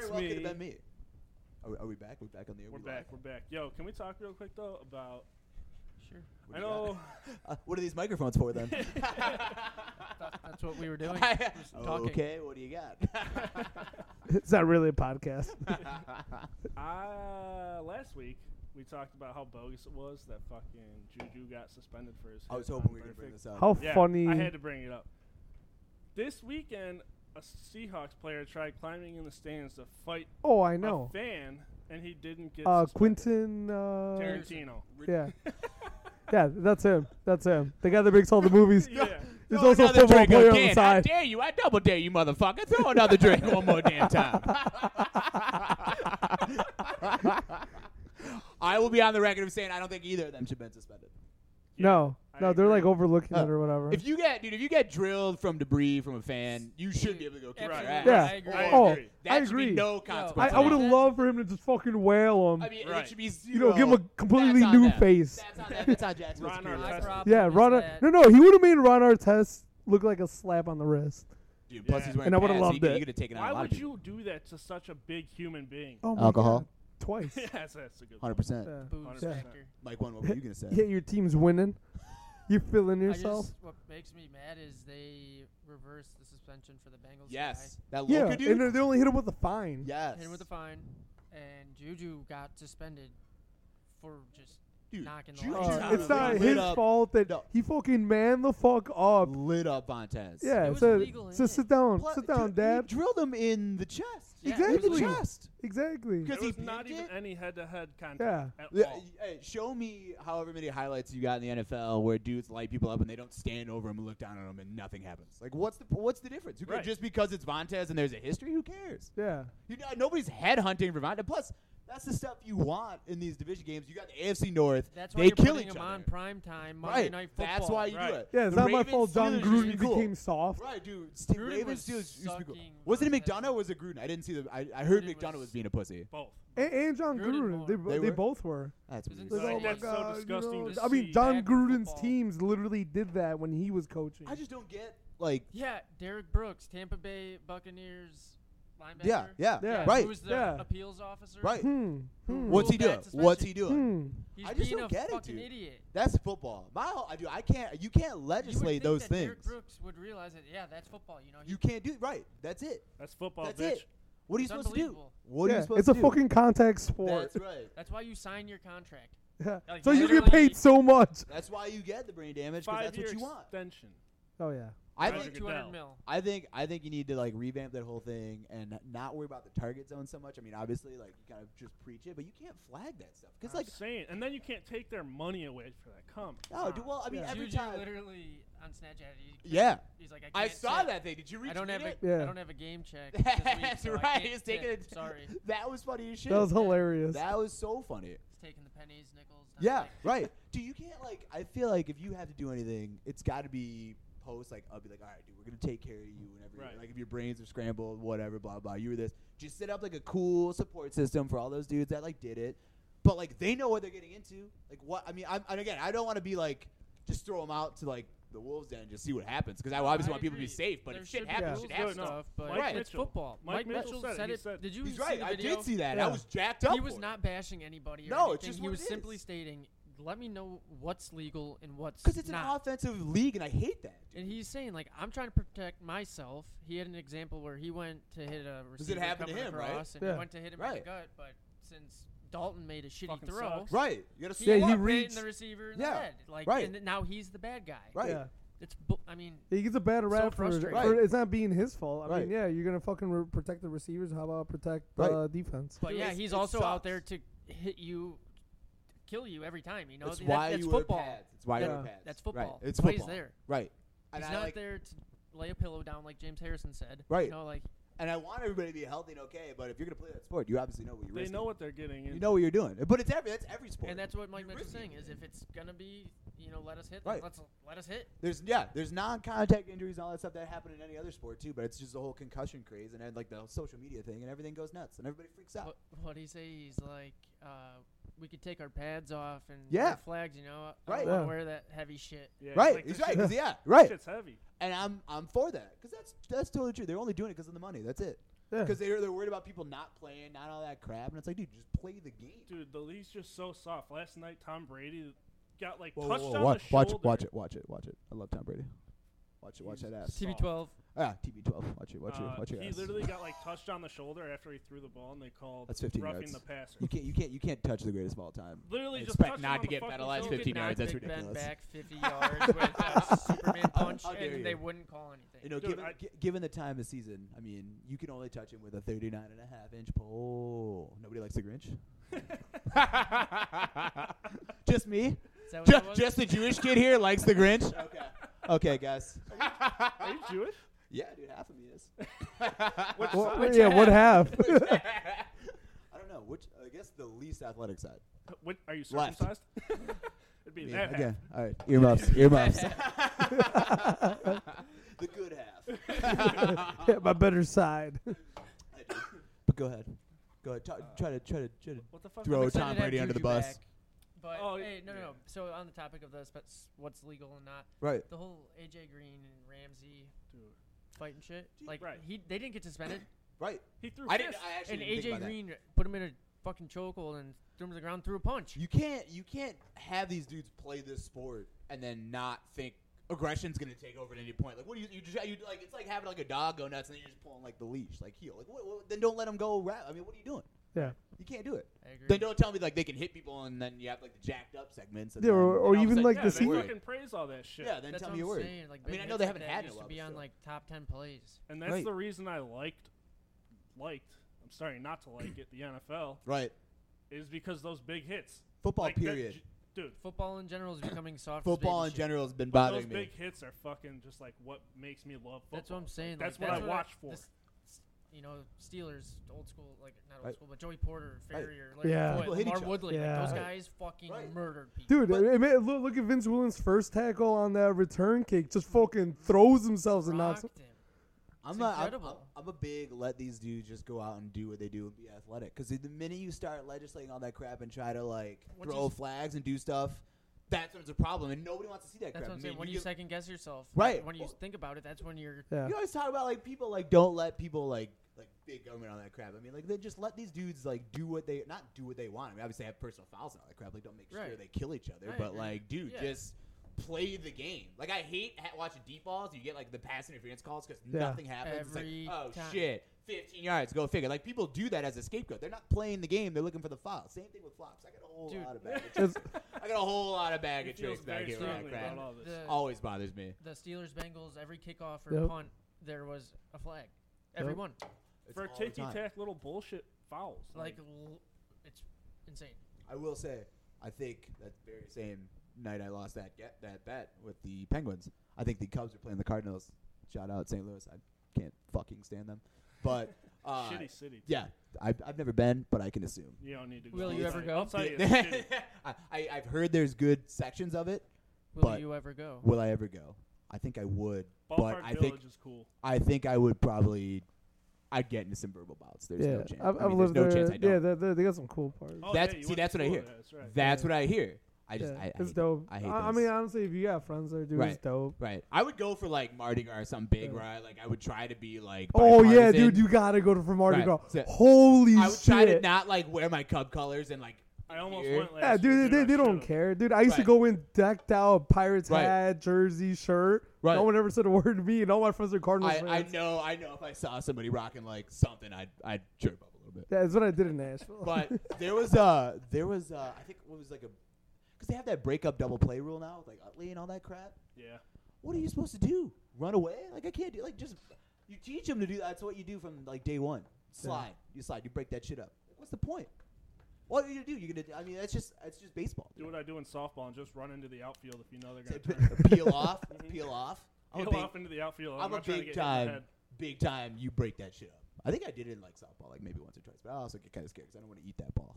S1: It's
S4: well could
S1: me.
S4: have been me. Are we, are we back? We're back on the air.
S1: we're
S4: We
S1: back. We're
S4: live?
S1: back. Yo, can we talk real quick though
S4: (laughs)
S1: about? (laughs)
S3: Sure.
S4: What
S1: I
S4: do you got?
S1: know.
S4: Uh, (laughs) what are these microphones for then?
S3: That's what we were
S4: (laughs)
S3: doing. just talking.
S4: okay, what do you
S3: (laughs)
S4: got?
S2: It's not really a podcast. (laughs)
S1: Uh, last week we talked about how bogus it was that fucking Juju got suspended for his.
S4: I
S1: hit
S4: was
S1: on
S4: hoping we were gonna bring
S1: Perfect.
S4: this up.
S2: How
S1: Yeah,
S2: funny.
S1: I had to bring it up. This weekend, a Seahawks player tried climbing in the stands to fight
S2: oh, I know.
S1: a fan, and he didn't get.
S2: Uh,
S1: suspended.
S2: Quentin. Uh, (laughs)
S1: Tarantino.
S2: yeah,
S4: (laughs)
S2: yeah, that's him. That's him. The guy that makes all the
S4: (laughs)
S2: movies.
S1: yeah.
S2: There's also a football player on the side.
S4: dare you! I double dare you, motherfucker! Throw another drink one more damn time. (laughs) I will be on the record of saying I don't think either of them should have been suspended.
S2: No,
S1: I
S2: no, they're
S1: agree.
S2: like overlooking
S4: Uh,
S2: it or whatever.
S4: If you get, dude, if you get drilled from debris from a fan, you should be able to go kick
S1: Right.
S4: your ass.
S2: Yeah.
S3: I agree.
S1: I
S2: oh,
S1: agree.
S4: That
S2: I
S4: should be
S2: agree.
S4: no
S2: I,
S4: consequence.
S2: I
S3: Like
S2: would have
S3: that.
S2: loved for him to just fucking whale him.
S4: I mean,
S1: Right.
S4: it should be zero.
S2: you know, give him a completely
S4: That's on
S2: new
S4: them.
S2: face.
S4: That's on them. That's on Jacksonville
S1: Ron
S4: security.
S1: Artest.
S3: My
S1: That's-
S3: problem
S2: Yeah,
S3: is
S2: Ron. Ar-
S3: that
S2: no, no, he would have made Ron Artest look like a slap on the wrist.
S4: Dude, plus
S1: Yeah.
S4: he's wearing
S2: And I would've
S4: pads,
S2: loved
S4: he could-
S2: it.
S4: He could have taken out
S1: Why
S4: a lot
S1: would
S4: of people.
S1: you do that to such a big human being? (laughs)
S2: Oh my
S4: Alcohol.
S2: God.
S4: (laughs)
S2: twice.
S1: yes, that's a good
S4: Hundred
S1: one.
S4: percent.
S2: Yeah.
S3: booze
S1: Yeah.
S3: factor.
S4: Mike, one. What were you gonna say?
S2: yeah, your team's winning. You're feeling
S3: I
S2: yourself.
S3: just- what makes me mad is they reversed the suspension for the Bengals.
S4: Yes, that
S2: yeah,
S4: Luka dude.
S2: and they only hit him with a fine.
S4: yes,
S3: guy, hit him with a fine, and Juju got suspended for just
S4: dude.
S3: knocking the
S4: Juju
S3: lights
S2: Uh,
S3: out.
S2: it's not
S4: lit
S2: his
S4: up-
S2: fault that
S4: No.
S2: he fucking man the fuck up.
S4: lit up Montez.
S2: Yeah,
S3: It was
S2: so,
S3: illegal,
S2: so
S3: isn't
S2: sit
S3: it?
S2: down,
S4: Plus-
S2: sit
S4: dr-
S2: down,
S4: he
S2: Dad.
S4: drilled him in the chest.
S3: Yeah,
S4: In the
S2: Exactly.
S4: chest.
S2: Exactly.
S4: Good-
S1: There
S4: Because he
S1: was not
S4: beat
S1: even
S4: it?
S1: any head-to-head contact
S2: Yeah.
S1: at
S4: Yeah,
S1: all.
S4: hey, show me however many highlights you got in the NFL where dudes light people up and they don't stand over them and look down on them and nothing happens. Like, what's the what's the difference? Who cares?
S1: Right.
S4: Just because it's Montez and there's a history, who cares?
S2: Yeah.
S4: You know, nobody's headhunting for Montez. Plus, that's the stuff you want in these division games. You got the AFC North.
S3: That's why
S4: they
S3: you're
S4: kill
S3: putting
S4: each
S3: him
S4: other.
S3: on prime time Monday
S4: right.
S3: Night Football.
S4: That's why you
S1: Right.
S4: do it.
S2: Yeah, it's
S4: The
S2: not my
S4: Ravens,
S2: fault John
S4: Steelers used
S2: Gruden
S4: to be cool.
S2: became soft.
S4: Right, dude. Ste-
S3: Gruden
S4: Ravens,
S3: was
S4: Steelers used to be cool.
S3: sucking
S4: Was it McDonough
S3: Montez.
S4: or was it Gruden? I didn't see the. I, I heard
S3: Gruden
S4: McDonough was,
S3: was-
S4: being a pussy.
S1: Both.
S2: And, and John
S3: Gruden
S2: Gruden,
S3: won.
S2: they, bo-
S4: They
S2: they
S4: were?
S2: both were.
S4: That's
S3: It was
S4: weird.
S2: Like, oh
S3: Insane.
S2: my
S1: That's so
S2: God, you
S1: disgusting
S2: know,
S1: to
S2: I mean,
S1: see
S2: John
S3: bad
S2: Gruden's
S3: football.
S2: teams literally did that when he was coaching.
S4: I just don't get like.
S3: Yeah, Derek Brooks, Tampa Bay Buccaneers linebacker.
S4: Yeah, yeah,
S2: Yeah.
S4: right,
S3: Who's the
S2: yeah.
S3: appeals officer?
S4: right.
S2: hmm.
S3: Who
S2: hmm,
S4: What's he
S3: ruled that
S4: doing? What's he
S3: suspension?
S4: doing?
S2: hmm.
S3: He's
S4: I just
S3: being
S4: don't
S3: a
S4: get it,
S3: fucking
S4: dude.
S3: idiot.
S4: That's football. My whole, I do. I can't. You can't
S3: you would
S4: legislate
S3: think
S4: those
S3: that
S4: things.
S3: Derek Brooks would realize that. Yeah, that's football. You know, he,
S4: You can't do right. That's it.
S1: That's football,
S4: That's
S1: bitch.
S4: it. What are you
S3: It's
S4: supposed to do?
S3: unbelievable.
S4: What are
S2: Yeah,
S4: you supposed
S2: it's
S4: to
S2: a
S4: do?
S2: fucking contact sport.
S4: That's right.
S3: that's why you sign your contract.
S2: Yeah. (laughs)
S3: Like,
S2: so you get
S3: literally-
S2: paid so much.
S4: That's why you get the brain damage because that's
S1: Five-year
S4: what you want.
S1: extension.
S2: Oh yeah.
S4: I
S1: Roger
S4: think
S1: Goodell.
S3: two hundred mil.
S4: I think I think you need to like revamp that whole thing and not worry about the target zone so much. I mean, obviously, like you kind of just preach it, but you can't flag that stuff because,
S1: I'm
S4: like,
S1: saying, and then you can't take their money away for that. Come.
S4: no,
S1: on.
S4: dude, well, I mean,
S2: Yeah.
S4: every
S3: Juju
S4: time.
S3: literally on Snapchat. He,
S4: Yeah,
S3: he's like, I,
S4: I
S3: can't
S4: saw
S3: tip.
S4: that thing. Did you read
S3: I don't have a,
S4: it?
S2: Yeah.
S3: I don't have a game
S4: (laughs)
S3: check. this week,
S4: That's
S3: so I
S4: right.
S3: can't
S4: He's taking
S3: tip.
S4: it.
S3: Sorry, he's
S4: (laughs) That was funny as shit.
S2: That was hilarious.
S4: That was so funny.
S3: taking the pennies, nickels. dimes,
S4: Yeah,
S3: like-
S4: right. (laughs) Dude, you can't like. I feel like if you have to do anything, it's got to be post. Like, I'll be like, all right, dude, we're gonna take care of you whenever.
S1: Right.
S4: Like, if your brains are scrambled, whatever, blah blah. You were this. Just set up like a cool support system for all those dudes that like did it, but like they know what they're getting into. Like, what I mean, I'm, and again, I don't want to be like just throw them out to like the Wolves then and just see what happens. Because I obviously
S3: I
S4: want people to be
S3: agree.
S4: safe, but
S3: There
S4: if shit
S3: should be
S4: happens,
S2: rules
S4: shit
S3: and
S4: happens.
S1: No, no.
S3: stuff, but
S4: Mike
S3: it's
S1: Mitchell-
S3: football.
S1: Mike Mitchell said it.
S3: said
S1: He
S3: it.
S1: said-
S3: Did you
S4: He's
S3: see
S4: right.
S3: the
S4: I
S3: video?
S4: did see that. I
S2: Yeah.
S4: was jacked up.
S3: He was
S4: for it.
S3: not bashing anybody. Or
S4: No,
S3: anything.
S4: it's just
S3: he
S4: what
S3: was
S4: it
S3: simply
S4: is.
S3: stating, "Let me know what's legal and what's
S4: Because it's
S3: not."
S4: an offensive league, and I hate that. dude.
S3: And he's saying like I'm trying to protect myself. He had an example where he went to hit a receiver
S4: happened to
S3: coming
S4: him, right?
S3: across, and
S2: Yeah.
S3: he went to hit him in
S4: Right.
S3: the gut, but since Dalton made a shitty
S1: Fucking
S3: throw,
S1: sucks.
S4: Right. You got to
S3: he
S2: Yeah,
S4: swat
S2: he
S3: ended up
S4: it.
S3: hitting
S2: reached-
S3: the receiver in
S4: Yeah.
S3: the head. Like
S4: Right.
S3: and now he's the bad guy.
S4: Right.
S2: Yeah.
S3: It's bu- I mean
S2: He gets a bad rap for, it.
S3: frustrating.
S2: For
S4: Right.
S2: it's not being his fault. I
S4: Right.
S2: mean, yeah, you're gonna fucking re- protect the receivers. How about protect
S4: Right.
S2: uh, defense?
S3: But
S4: Dude,
S3: yeah,
S4: it's-
S3: he's
S4: it
S3: also out
S4: sucks.
S3: there to hit you, kill you every time. You know,
S4: That's
S3: That-
S4: why
S3: that's
S4: you wear
S3: football.
S4: pads. That's why you
S2: Yeah.
S4: wear pads.
S3: That's
S4: Right.
S3: football.
S4: It's
S3: Plays
S4: football.
S3: there.
S4: Right. And
S3: He's
S4: I
S3: not
S4: like,
S3: there to lay a pillow down like James Harrison said.
S4: Right.
S3: You know, like
S4: and I want everybody to be healthy and okay. But if you're gonna play that sport, you obviously know what you're
S1: They
S4: risking.
S1: know what they're getting.
S4: you
S1: into.
S4: know what you're doing. But it's every that's every sport.
S3: and that's what Mike
S4: You're
S3: Mitchell's
S4: risking
S3: saying is
S4: it.
S3: if it's gonna be, you know, let us hit.
S4: Right.
S3: Let's let us hit.
S4: There's yeah, there's non-contact injuries and all that stuff that happen in any other sport too, but it's just the whole concussion craze and then, like the whole social media thing and everything goes nuts and everybody freaks out.
S3: What what he say? He's like, uh, we could take our pads off and
S4: Yeah.
S3: wear flags. You know, I
S4: Right.
S3: don't wanna
S2: Yeah.
S3: wear that heavy shit.
S1: Yeah, it's
S4: right?
S1: like
S4: He's
S1: this
S3: (laughs)
S4: right.
S1: shit-
S4: 'cause yeah,
S1: this
S4: right.
S1: Shit's heavy.
S4: And I'm I'm for that because that's that's totally true. They're only doing it because of the money. That's it.
S2: Yeah. (laughs)
S4: Because they're they're worried about people not playing, not all that crap. And it's like, dude, just play the game.
S1: Dude, the league's just so soft. Last night, Tom Brady got like
S4: Whoa, whoa,
S1: touched
S4: whoa,
S1: on
S4: watch,
S1: the
S4: watch,
S1: shoulder.
S4: watch it, watch it, watch it. I love Tom Brady. Watch it, watch
S1: He's
S4: that ass.
S1: Soft.
S3: TB12.
S4: Ah, TB12. Watch it, watch
S1: Uh,
S4: it, watch it.
S1: he literally got like touched on the shoulder after he threw the ball, and they called
S4: That's 15
S1: roughing
S4: yards.
S1: the passer.
S4: You can't, you can't, you can't touch the greatest of all time.
S1: Literally
S4: I
S1: just
S4: expect
S1: touched
S4: not
S1: him on
S4: to
S1: the
S4: get
S1: fucking
S4: penalized
S1: shoulder.
S4: 15
S3: Knocked
S4: yards, that's
S3: Big Ben
S4: ridiculous.
S3: back
S4: (laughs)
S3: 50 yards with a Superman punch,
S4: How dare
S3: and they
S4: you.
S3: wouldn't call anything.
S4: You know,
S1: Dude,
S4: given,
S1: I-
S4: gi- given the time of season, I mean, you can only touch him with a 39 and a half inch pole. Nobody likes
S1: (laughs)
S4: the Grinch. just me?
S3: Is that what
S4: Ju-
S3: it was?
S4: just the Jewish kid here likes
S1: (laughs)
S4: the Grinch? Okay. Okay, guys.
S1: Are you Jewish?
S4: Yeah, dude, half of me is.
S1: What
S2: Wha-
S1: side?
S2: yeah,
S4: (laughs)
S2: what half?
S4: I don't know. Which I guess the least athletic side.
S1: What- are you
S4: Left.
S1: circumcised? (laughs) It'd be that half.
S4: Again. All right.
S1: (laughs)
S4: Earmuffs. Earmuffs. (laughs) the good half.
S2: (laughs) Yeah, my better side.
S4: (laughs)
S2: (laughs)
S4: but go ahead. Go ahead. Try, try to try to try to
S1: What the fuck?
S4: Throw
S1: I'm
S4: it
S1: excited.
S3: excited
S4: Tom
S3: to have
S4: Brady under the
S3: Juju
S4: bus.
S3: back, But
S1: Oh,
S3: hey, no, no, no.
S1: yeah.
S3: So on the topic of this, but s- what's legal and not,
S4: right.
S3: the whole AJ Green and Ramsey
S1: Dude,
S3: fight and shit.
S4: Dude,
S3: Like
S1: right.
S3: he, they didn't get suspended,
S4: Right.
S1: He threw
S4: I didn't.
S1: fists.
S4: I (coughs) actually
S3: and
S4: didn't think
S3: AJ
S4: about
S3: Green put him in a fucking chokehold and threw him to the ground through a punch.
S4: That. You can't. You can't have these dudes play this sport and then not think aggression's going to take over at any point. Like, what do you? You, just, you like? It's like having like a dog go nuts and then you're just pulling like the leash, like heel. Like, what, what, then don't let them go. Rap. I mean, what are you doing?
S2: Yeah.
S4: You can't do it.
S3: I agree.
S4: Then don't tell me like they can hit people and then you have like the jacked up segments. And
S2: Yeah,
S4: then,
S2: or-
S4: and
S2: or
S4: all of a
S2: even,
S4: sudden-
S2: like,
S1: yeah,
S2: the
S1: they
S2: secret-
S1: fucking praise all that shit.
S4: Yeah, then
S3: That's
S4: tell
S3: what
S4: me
S3: I'm
S4: your word.
S3: saying. Like,
S4: I mean,
S3: big
S4: I know
S3: hits
S4: they
S3: like
S4: haven't
S3: that
S4: had in a
S3: used
S4: while,
S3: to
S4: but
S3: be on
S4: still.
S3: like top ten plays.
S1: And that's
S4: Right.
S1: the reason I liked, liked. I'm starting not to like it. The NFL
S4: Right.
S1: is because those big hits.
S4: Football.
S1: Like, that
S4: period.
S1: j- dude,
S3: Football in general is becoming soft. as
S4: Football
S3: baby
S4: in
S3: shit.
S4: general has been
S1: those
S4: bothering me.
S1: big hits are fucking just like what makes me love football.
S3: That's what I'm saying. Like,
S1: that's what I watch for.
S3: this- you know, Steelers, old school, like not old
S4: Right.
S3: school, but Joey Porter,
S4: Right.
S3: Ferrier,
S2: Yeah.
S3: yeah.
S4: People hit
S3: Lamar
S4: each other.
S3: Woodley,
S2: Yeah.
S3: like, those
S2: Right.
S3: guys fucking
S4: Right.
S3: murdered people.
S2: Dude,
S4: But-
S2: I mean, look, look at Vince Williams' first tackle on that return kick. Just fucking throws himself and knocks.
S3: Rocked him.
S4: I'm
S3: It's
S4: not. I'm,
S3: incredible.
S4: I'm- I'm a big let these dudes just go out and do what they do and be athletic. Because the minute you start legislating all that crap and try to like
S3: What
S4: throw
S3: you-
S4: flags and do stuff, that's when it's a problem, and nobody wants to see that
S3: That's
S4: crap.
S3: what I'm
S4: I
S3: saying.
S4: mean,
S3: When you
S4: give-
S3: second guess yourself,
S4: Right.
S3: like, When you
S4: Well-
S3: think about it, that's when you're.
S2: Yeah.
S4: you always talk about like people like don't let people like like big government on that crap. I mean, like they just let these dudes like do what they not do what they want. I mean, obviously they have personal fouls and all that crap. Like don't make sure
S3: Right.
S4: they kill each other,
S3: I
S4: but
S3: agree.
S4: like, dude,
S3: Yeah.
S4: just play the game. Like I hate ha- watching deep balls. You get like the pass interference calls because
S2: Yeah.
S4: nothing happens.
S3: Every
S4: it's like, oh
S3: time.
S4: shit. 15 yards, go figure. Like, people do that as a scapegoat. They're not playing the game, they're looking for the foul. Same thing with flops. I got a whole
S3: Dude.
S4: lot of baggage. (laughs)
S2: It's- (laughs)
S4: I got a whole lot of
S1: He
S4: baggage
S1: feels
S4: tricks back
S1: very
S4: here.
S1: strongly
S4: around
S1: about
S4: crap.
S1: all this.
S3: The,
S4: Always bothers me.
S3: the Steelers, Bengals, every kickoff or
S2: Yep.
S3: punt, there was a flag. Every
S2: Yep.
S3: one.
S4: It's
S1: for
S4: all the
S1: ticky
S4: time.
S1: tack little bullshit fouls.
S3: Like, l- it's insane.
S4: I will say, I think that very same night I lost that get, that bet with the Penguins. I think the Cubs were playing the Cardinals. Shout out St. Louis. I can't fucking stand them,
S1: (laughs)
S4: but uh,
S1: shitty city.
S4: yeah, I've, I've never been, but I can assume.
S1: You don't need to.
S3: Will
S1: go
S3: you ever
S1: outside. Outside
S3: go?
S4: (laughs)
S1: is
S4: I,
S1: shitty.
S4: I, I've heard there's good sections of it.
S3: Will
S4: But-
S3: you ever go?
S4: Will I ever go? I think I would,
S1: Ballpark
S4: but I
S1: Village
S4: think
S1: is cool.
S4: I think I would probably. I'd get into some verbal bouts. There's
S2: yeah,
S4: no chance.
S2: I've,
S4: I
S2: I've
S4: mean,
S2: lived
S4: there's no
S2: there.
S4: chance I don't.
S2: yeah, they, they, they got some cool parts.
S1: Oh,
S4: That's-
S1: yeah, you
S4: see,
S1: went to
S4: that's what I hear.
S1: Florida, That's right.
S4: That's
S2: Yeah.
S4: what I hear. I just
S2: Yeah,
S4: I, I
S2: it's
S4: hate-
S2: dope.
S4: I hate
S2: I,
S4: this.
S2: mean, honestly, if you got friends there, dude,
S4: Right.
S2: it's dope.
S4: Right. I would go for like Mardi Gras or something big,
S2: Yeah.
S4: right? Like I would try to be like.
S2: Oh yeah,
S4: bipartisan.
S2: dude, you gotta go to for Mardi
S4: Right.
S2: Gras.
S4: So-
S2: Holy
S4: I would
S2: shit!
S4: try to not like wear my cub colors and like.
S1: I almost
S4: Weird.
S1: went last
S2: yeah,
S1: year,
S2: dude, they,
S1: I (laughs)
S2: they don't
S1: should've.
S2: care, dude. I used to
S4: Right.
S2: go in decked out, Pirates
S4: Right.
S2: hat, jersey, shirt.
S4: Right.
S2: No one ever said a word to me, and all my friends are Cardinals
S4: I, I
S2: fans.
S4: know I know if I saw somebody rocking like something, I'd I'd jerk up a
S2: (laughs)
S4: little bit.
S2: That's what I did in Nashville. (laughs)
S4: But there was uh there was uh I think what was like a because they have that breakup double play rule now with like Utley and all that crap.
S1: Yeah.
S4: What are you supposed to do? Run away? Like I can't do like just you teach them to do that's what you do from like day one. Slide, you slide, you break that shit up. What's the point? What are you gonna do? You're gonna I mean that's just that's just baseball.
S1: Do what I do in softball and just run into the outfield if you know they're
S4: Say,
S1: going to turn. (laughs)
S4: p- peel off, peel off. I'm
S1: Peel
S4: a big,
S1: off into the outfield. I'm,
S4: I'm a
S1: not trying to
S4: big
S1: get hit in the
S4: time,
S1: head.
S4: big time. You break that shit up. I think I did it in like softball, like maybe once or twice, but I also get kind of scared because I don't want to eat that ball.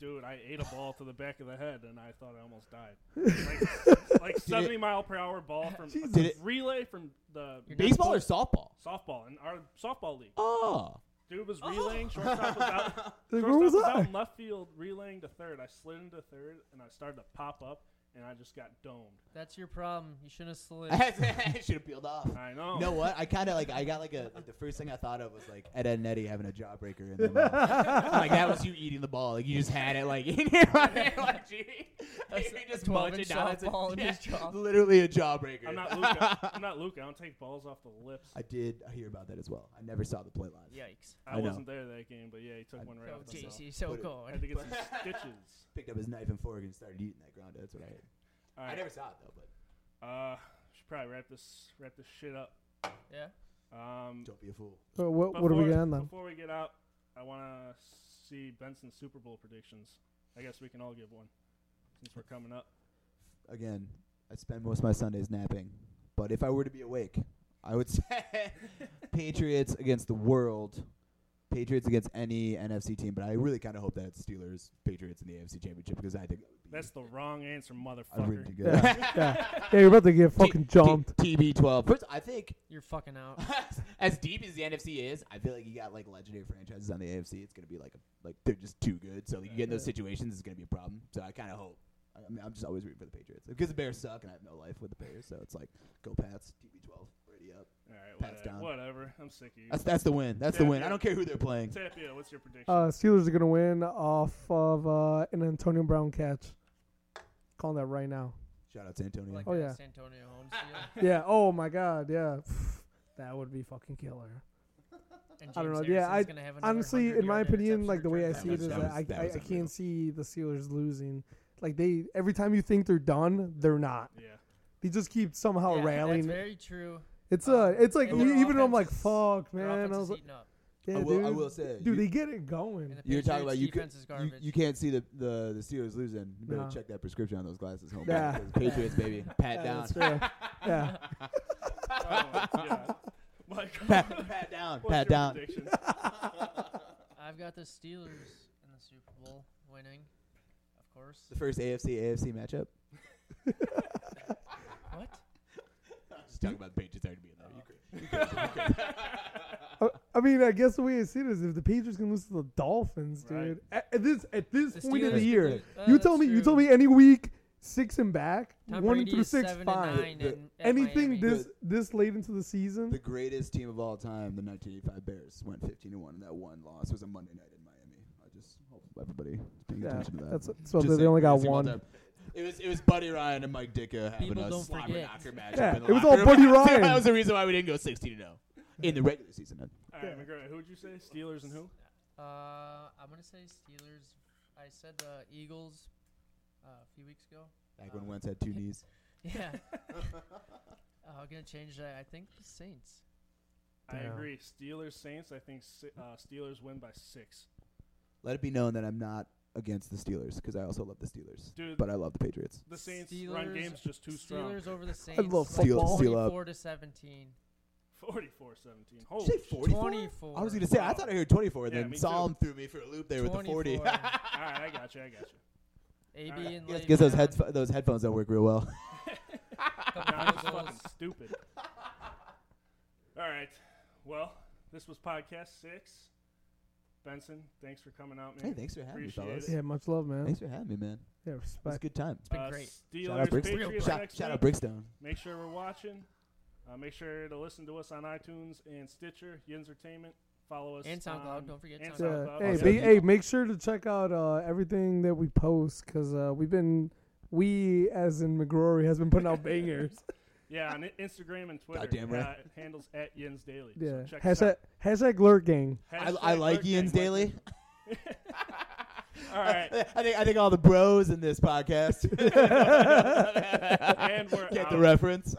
S1: Dude, I ate a ball to the back of the head and I thought I almost
S4: (laughs)
S1: died. Like, like 70 mile per hour ball from
S2: Jesus.
S4: Did it-
S1: relay from the
S3: You're not
S4: Baseball or softball?
S1: softball in our softball league.
S4: Oh,
S1: Dude was relaying, shortstop was out.
S2: Like,
S1: shortstop
S2: where was
S1: was out
S2: I?
S1: in left field, relaying to third. I slid into third and I started to pop up and I just got domed.
S3: That's your problem. You shouldn't have
S4: (laughs)
S3: slid.
S4: (laughs) I should have peeled off.
S1: I know.
S4: You know what? I kind of like I got like a like the first thing I thought of was like Ed and Eddie having a jawbreaker in their (laughs) mouth. I'm like that was you eating the ball. Like you just had it like (laughs) in your hand, like gee,
S3: That's
S4: (laughs) you just
S3: 12
S4: munch
S3: inch
S4: it down. It's a-
S3: softball in his
S4: (laughs) yeah,
S3: jaw.
S4: literally a jawbreaker.
S1: I'm not
S4: (laughs)
S1: Luca. I'm not Luca. I don't take balls off the lips.
S4: I did hear about that as well. I never saw the play live.
S3: Yikes.
S1: I,
S4: I know.
S1: wasn't there that game, but yeah, he took
S4: I-
S1: one right
S3: Oh,
S1: off the mouth.
S3: JC,
S4: Put
S3: so
S4: it-
S1: I had to
S3: good.
S1: get
S4: (laughs)
S1: some stitches.
S4: Picked up his knife and fork and started eating that ground. That's what I heard.
S1: All right.
S4: I never saw it though, but
S1: Uh, should probably wrap this wrap this shit up.
S3: Yeah.
S1: Um,
S4: don't be a fool.
S2: So what, what are we
S1: before-
S2: got then?
S1: Before we get out, I want to see Benson's Super Bowl predictions. I guess we can all give one since we're coming up.
S4: Again, I spend most of my Sundays napping, but if I were to be awake, I would (laughs) say Patriots against the world. Patriots against any NFC team, but I really kind of hope that it's Steelers, Patriots in the AFC Championship because I think that would be
S1: That's the wrong answer,
S4: a really
S1: motherfucker.
S4: good.
S2: Yeah,
S4: (laughs)
S2: yeah. yeah, you're about to get fucking jumped.
S4: TB12. First, I think
S3: You're fucking out.
S4: (laughs) as deep as the NFC is, I feel like you got like legendary franchises on the AFC. It's gonna be like a, like they're just too good. So like, you get in those situations, it's gonna be a problem. So I kind of hope. I I mean, I'm just always rooting for the Patriots because the Bears suck, and I have no life with the Bears. So it's like, go Pats, TB12, ready up.
S1: All right,
S4: Pats
S1: whatever.
S4: down.
S1: whatever. I'm sick of you.
S4: That's that's the win. That's the
S1: Yeah,
S4: win.
S1: yeah.
S4: I don't care who they're playing.
S1: Tapia, what's your prediction?
S2: Uh, Steelers are gonna win off of uh, an Antonio Brown catch. Calling that right
S4: (laughs)
S2: now.
S4: Shout out to Antonio.
S3: Like
S2: Oh,
S3: that
S2: yeah.
S3: Santonio Holmes
S2: (laughs)
S3: deal.
S2: Yeah. Oh my God. Yeah. (sighs) that would be fucking killer.
S3: And
S2: I don't
S3: James
S2: know. Yeah,
S3: Harrison's
S2: I-
S3: gonna have another
S2: Honestly, in my
S3: 100-yard
S2: opinion,
S3: interception
S2: like the way I
S3: return.
S2: see it
S4: That
S2: is
S4: was-
S2: that, I,
S4: that
S2: I,
S4: was
S2: I
S4: unreal.
S2: can't see the Steelers losing. Like they every time you think they're done, they're not.
S1: yeah.
S2: They just keep somehow
S3: Yeah,
S2: rallying.
S3: That's very true.
S2: It's uh, it's like
S3: And their
S2: e- even though I'm like,
S3: offense is-
S2: fuck,
S3: Their
S2: man.
S3: offense
S2: I
S3: is
S2: was like,
S3: heating up.
S2: yeah,
S4: I will. I
S2: dude.
S4: will say,
S2: Dude,
S4: you,
S2: they get it
S3: And
S2: going.
S3: the
S4: you're talking about
S3: Patriots'
S4: you, could,
S3: defense is
S4: you
S3: garbage.
S4: you can't see the the the Steelers losing. You better
S2: No.
S4: check that prescription on those glasses, home.
S2: Yeah.
S4: because Patriots, (laughs) baby, pat
S2: Yeah,
S4: down.
S2: that's
S4: (laughs)
S2: fair. yeah.
S1: Oh, yeah. Michael,
S4: pat, (laughs) pat down,
S1: what's your
S4: pat down.
S1: prediction?
S3: I've got the Steelers in the Super Bowl winning, of course.
S4: The first AFC AFC matchup.
S3: What?
S4: Just talking about the Patriots already being there.
S2: I, Uh, I mean, I guess the way I see it is, if the Patriots can lose to the Dolphins,
S1: Right.
S2: dude, at, at this at this
S3: The
S2: point in
S3: Steelers
S2: the
S3: could
S2: year,
S3: lose- uh,
S2: you
S3: that's
S2: told me you
S3: true.
S2: told me any week six and back,
S3: Tom
S2: one
S3: Brady
S2: through
S3: is
S2: six,
S3: seven
S2: five.
S3: And nine
S4: The-
S3: in- at
S2: Anything
S3: Miami.
S2: this this late into the season,
S4: The greatest team of all time, the 1985 Bears, went 15 1, and that one loss was a Monday night in Miami. I just hope everybody is paying
S2: yeah,
S4: attention to that.
S2: that's so
S4: Just
S2: they they
S4: saying,
S2: only got
S4: greatest team of all
S2: one.
S4: time. It was it was Buddy Ryan and Mike Dicka having
S3: People
S4: a
S3: don't
S4: slobber
S3: forget.
S4: knocker matchup.
S2: Yeah,
S4: in the
S2: it was
S4: locker
S2: all
S4: room. (laughs)
S2: Buddy
S4: that
S2: Ryan.
S4: was the reason why we didn't go 16 0 in the regular season. uh,
S1: All right, McGregor, who would you say? Steelers and who?
S3: Uh, I'm gonna say Steelers. I said the Eagles uh, a few weeks ago.
S4: Back when Wentz had two knees. (laughs)
S3: Yeah. uh, I'm gonna change that. I think the Saints.
S1: I
S2: Damn.
S1: agree. Steelers Saints. I think si- uh, Steelers win by six.
S4: Let it be known that I'm not against the Steelers because I also love the Steelers,
S1: Dude,
S4: but I love the Patriots.
S1: the Saints run
S3: Steelers-
S1: game's just too strong.
S3: Steelers
S4: (laughs)
S3: over the Saints.
S2: love
S3: like
S4: football. Steel up.
S3: 24 to 17.
S1: 44 17.
S4: Did
S1: Holy
S4: you say
S1: shit.
S4: 44?
S3: 24.
S4: I was gonna say I thought I heard 24,
S1: Yeah,
S4: then
S1: me
S4: Psalm threw me for a loop there with the 40. (laughs)
S3: 24.
S1: All right, I got you. I got you.
S3: AB
S1: Alright.
S3: and
S4: Guess, guess those
S3: Le'Veon,
S4: headf- those headphones don't work real well.
S3: (laughs) couple
S1: Now I'm just
S3: field
S1: fucking
S3: goals. (laughs)
S1: stupid. All right. Well, this was podcast six. Benson, thanks for coming out, man.
S4: Hey, thanks for having
S1: Appreciate
S4: me, fellas.
S1: it.
S2: Yeah, much love, man.
S4: Thanks for having me, man.
S2: Yeah,
S4: It was a
S2: respect.
S4: good time.
S3: It's been
S1: Uh,
S3: great.
S4: Shout out
S1: Steelers,
S4: Brixton.
S1: Patriots
S4: Shout,
S1: next
S4: shout
S1: week.
S4: out Brickstone.
S1: Make sure we're watching. Uh, make sure to listen to us on iTunes and Stitcher, Entertainment. Follow us
S3: And SoundCloud,
S1: on-
S3: don't forget
S1: Um, and
S3: SoundCloud.
S2: Yeah.
S1: SoundCloud.
S2: Hey,
S4: Also-
S2: be, hey, make sure to check out uh, everything that we post because uh, we've been we as in McGrory has been
S1: (laughs)
S2: putting out bangers.
S1: Yeah, on I- Instagram and Twitter.
S4: Goddamn
S1: uh,
S4: right.
S1: handles at Yin's Daily.
S2: Yeah.
S1: So check us
S2: hashtag
S1: out.
S2: hashtag Lurk Gang.
S1: Hashtag
S4: I, I like
S1: Lurk
S4: Ian's
S1: Gang.
S4: Daily.
S1: (laughs) All right.
S4: (laughs) I think
S1: (laughs)
S4: I think all the bros in this podcast
S1: And we're
S4: get
S1: out.
S4: the reference.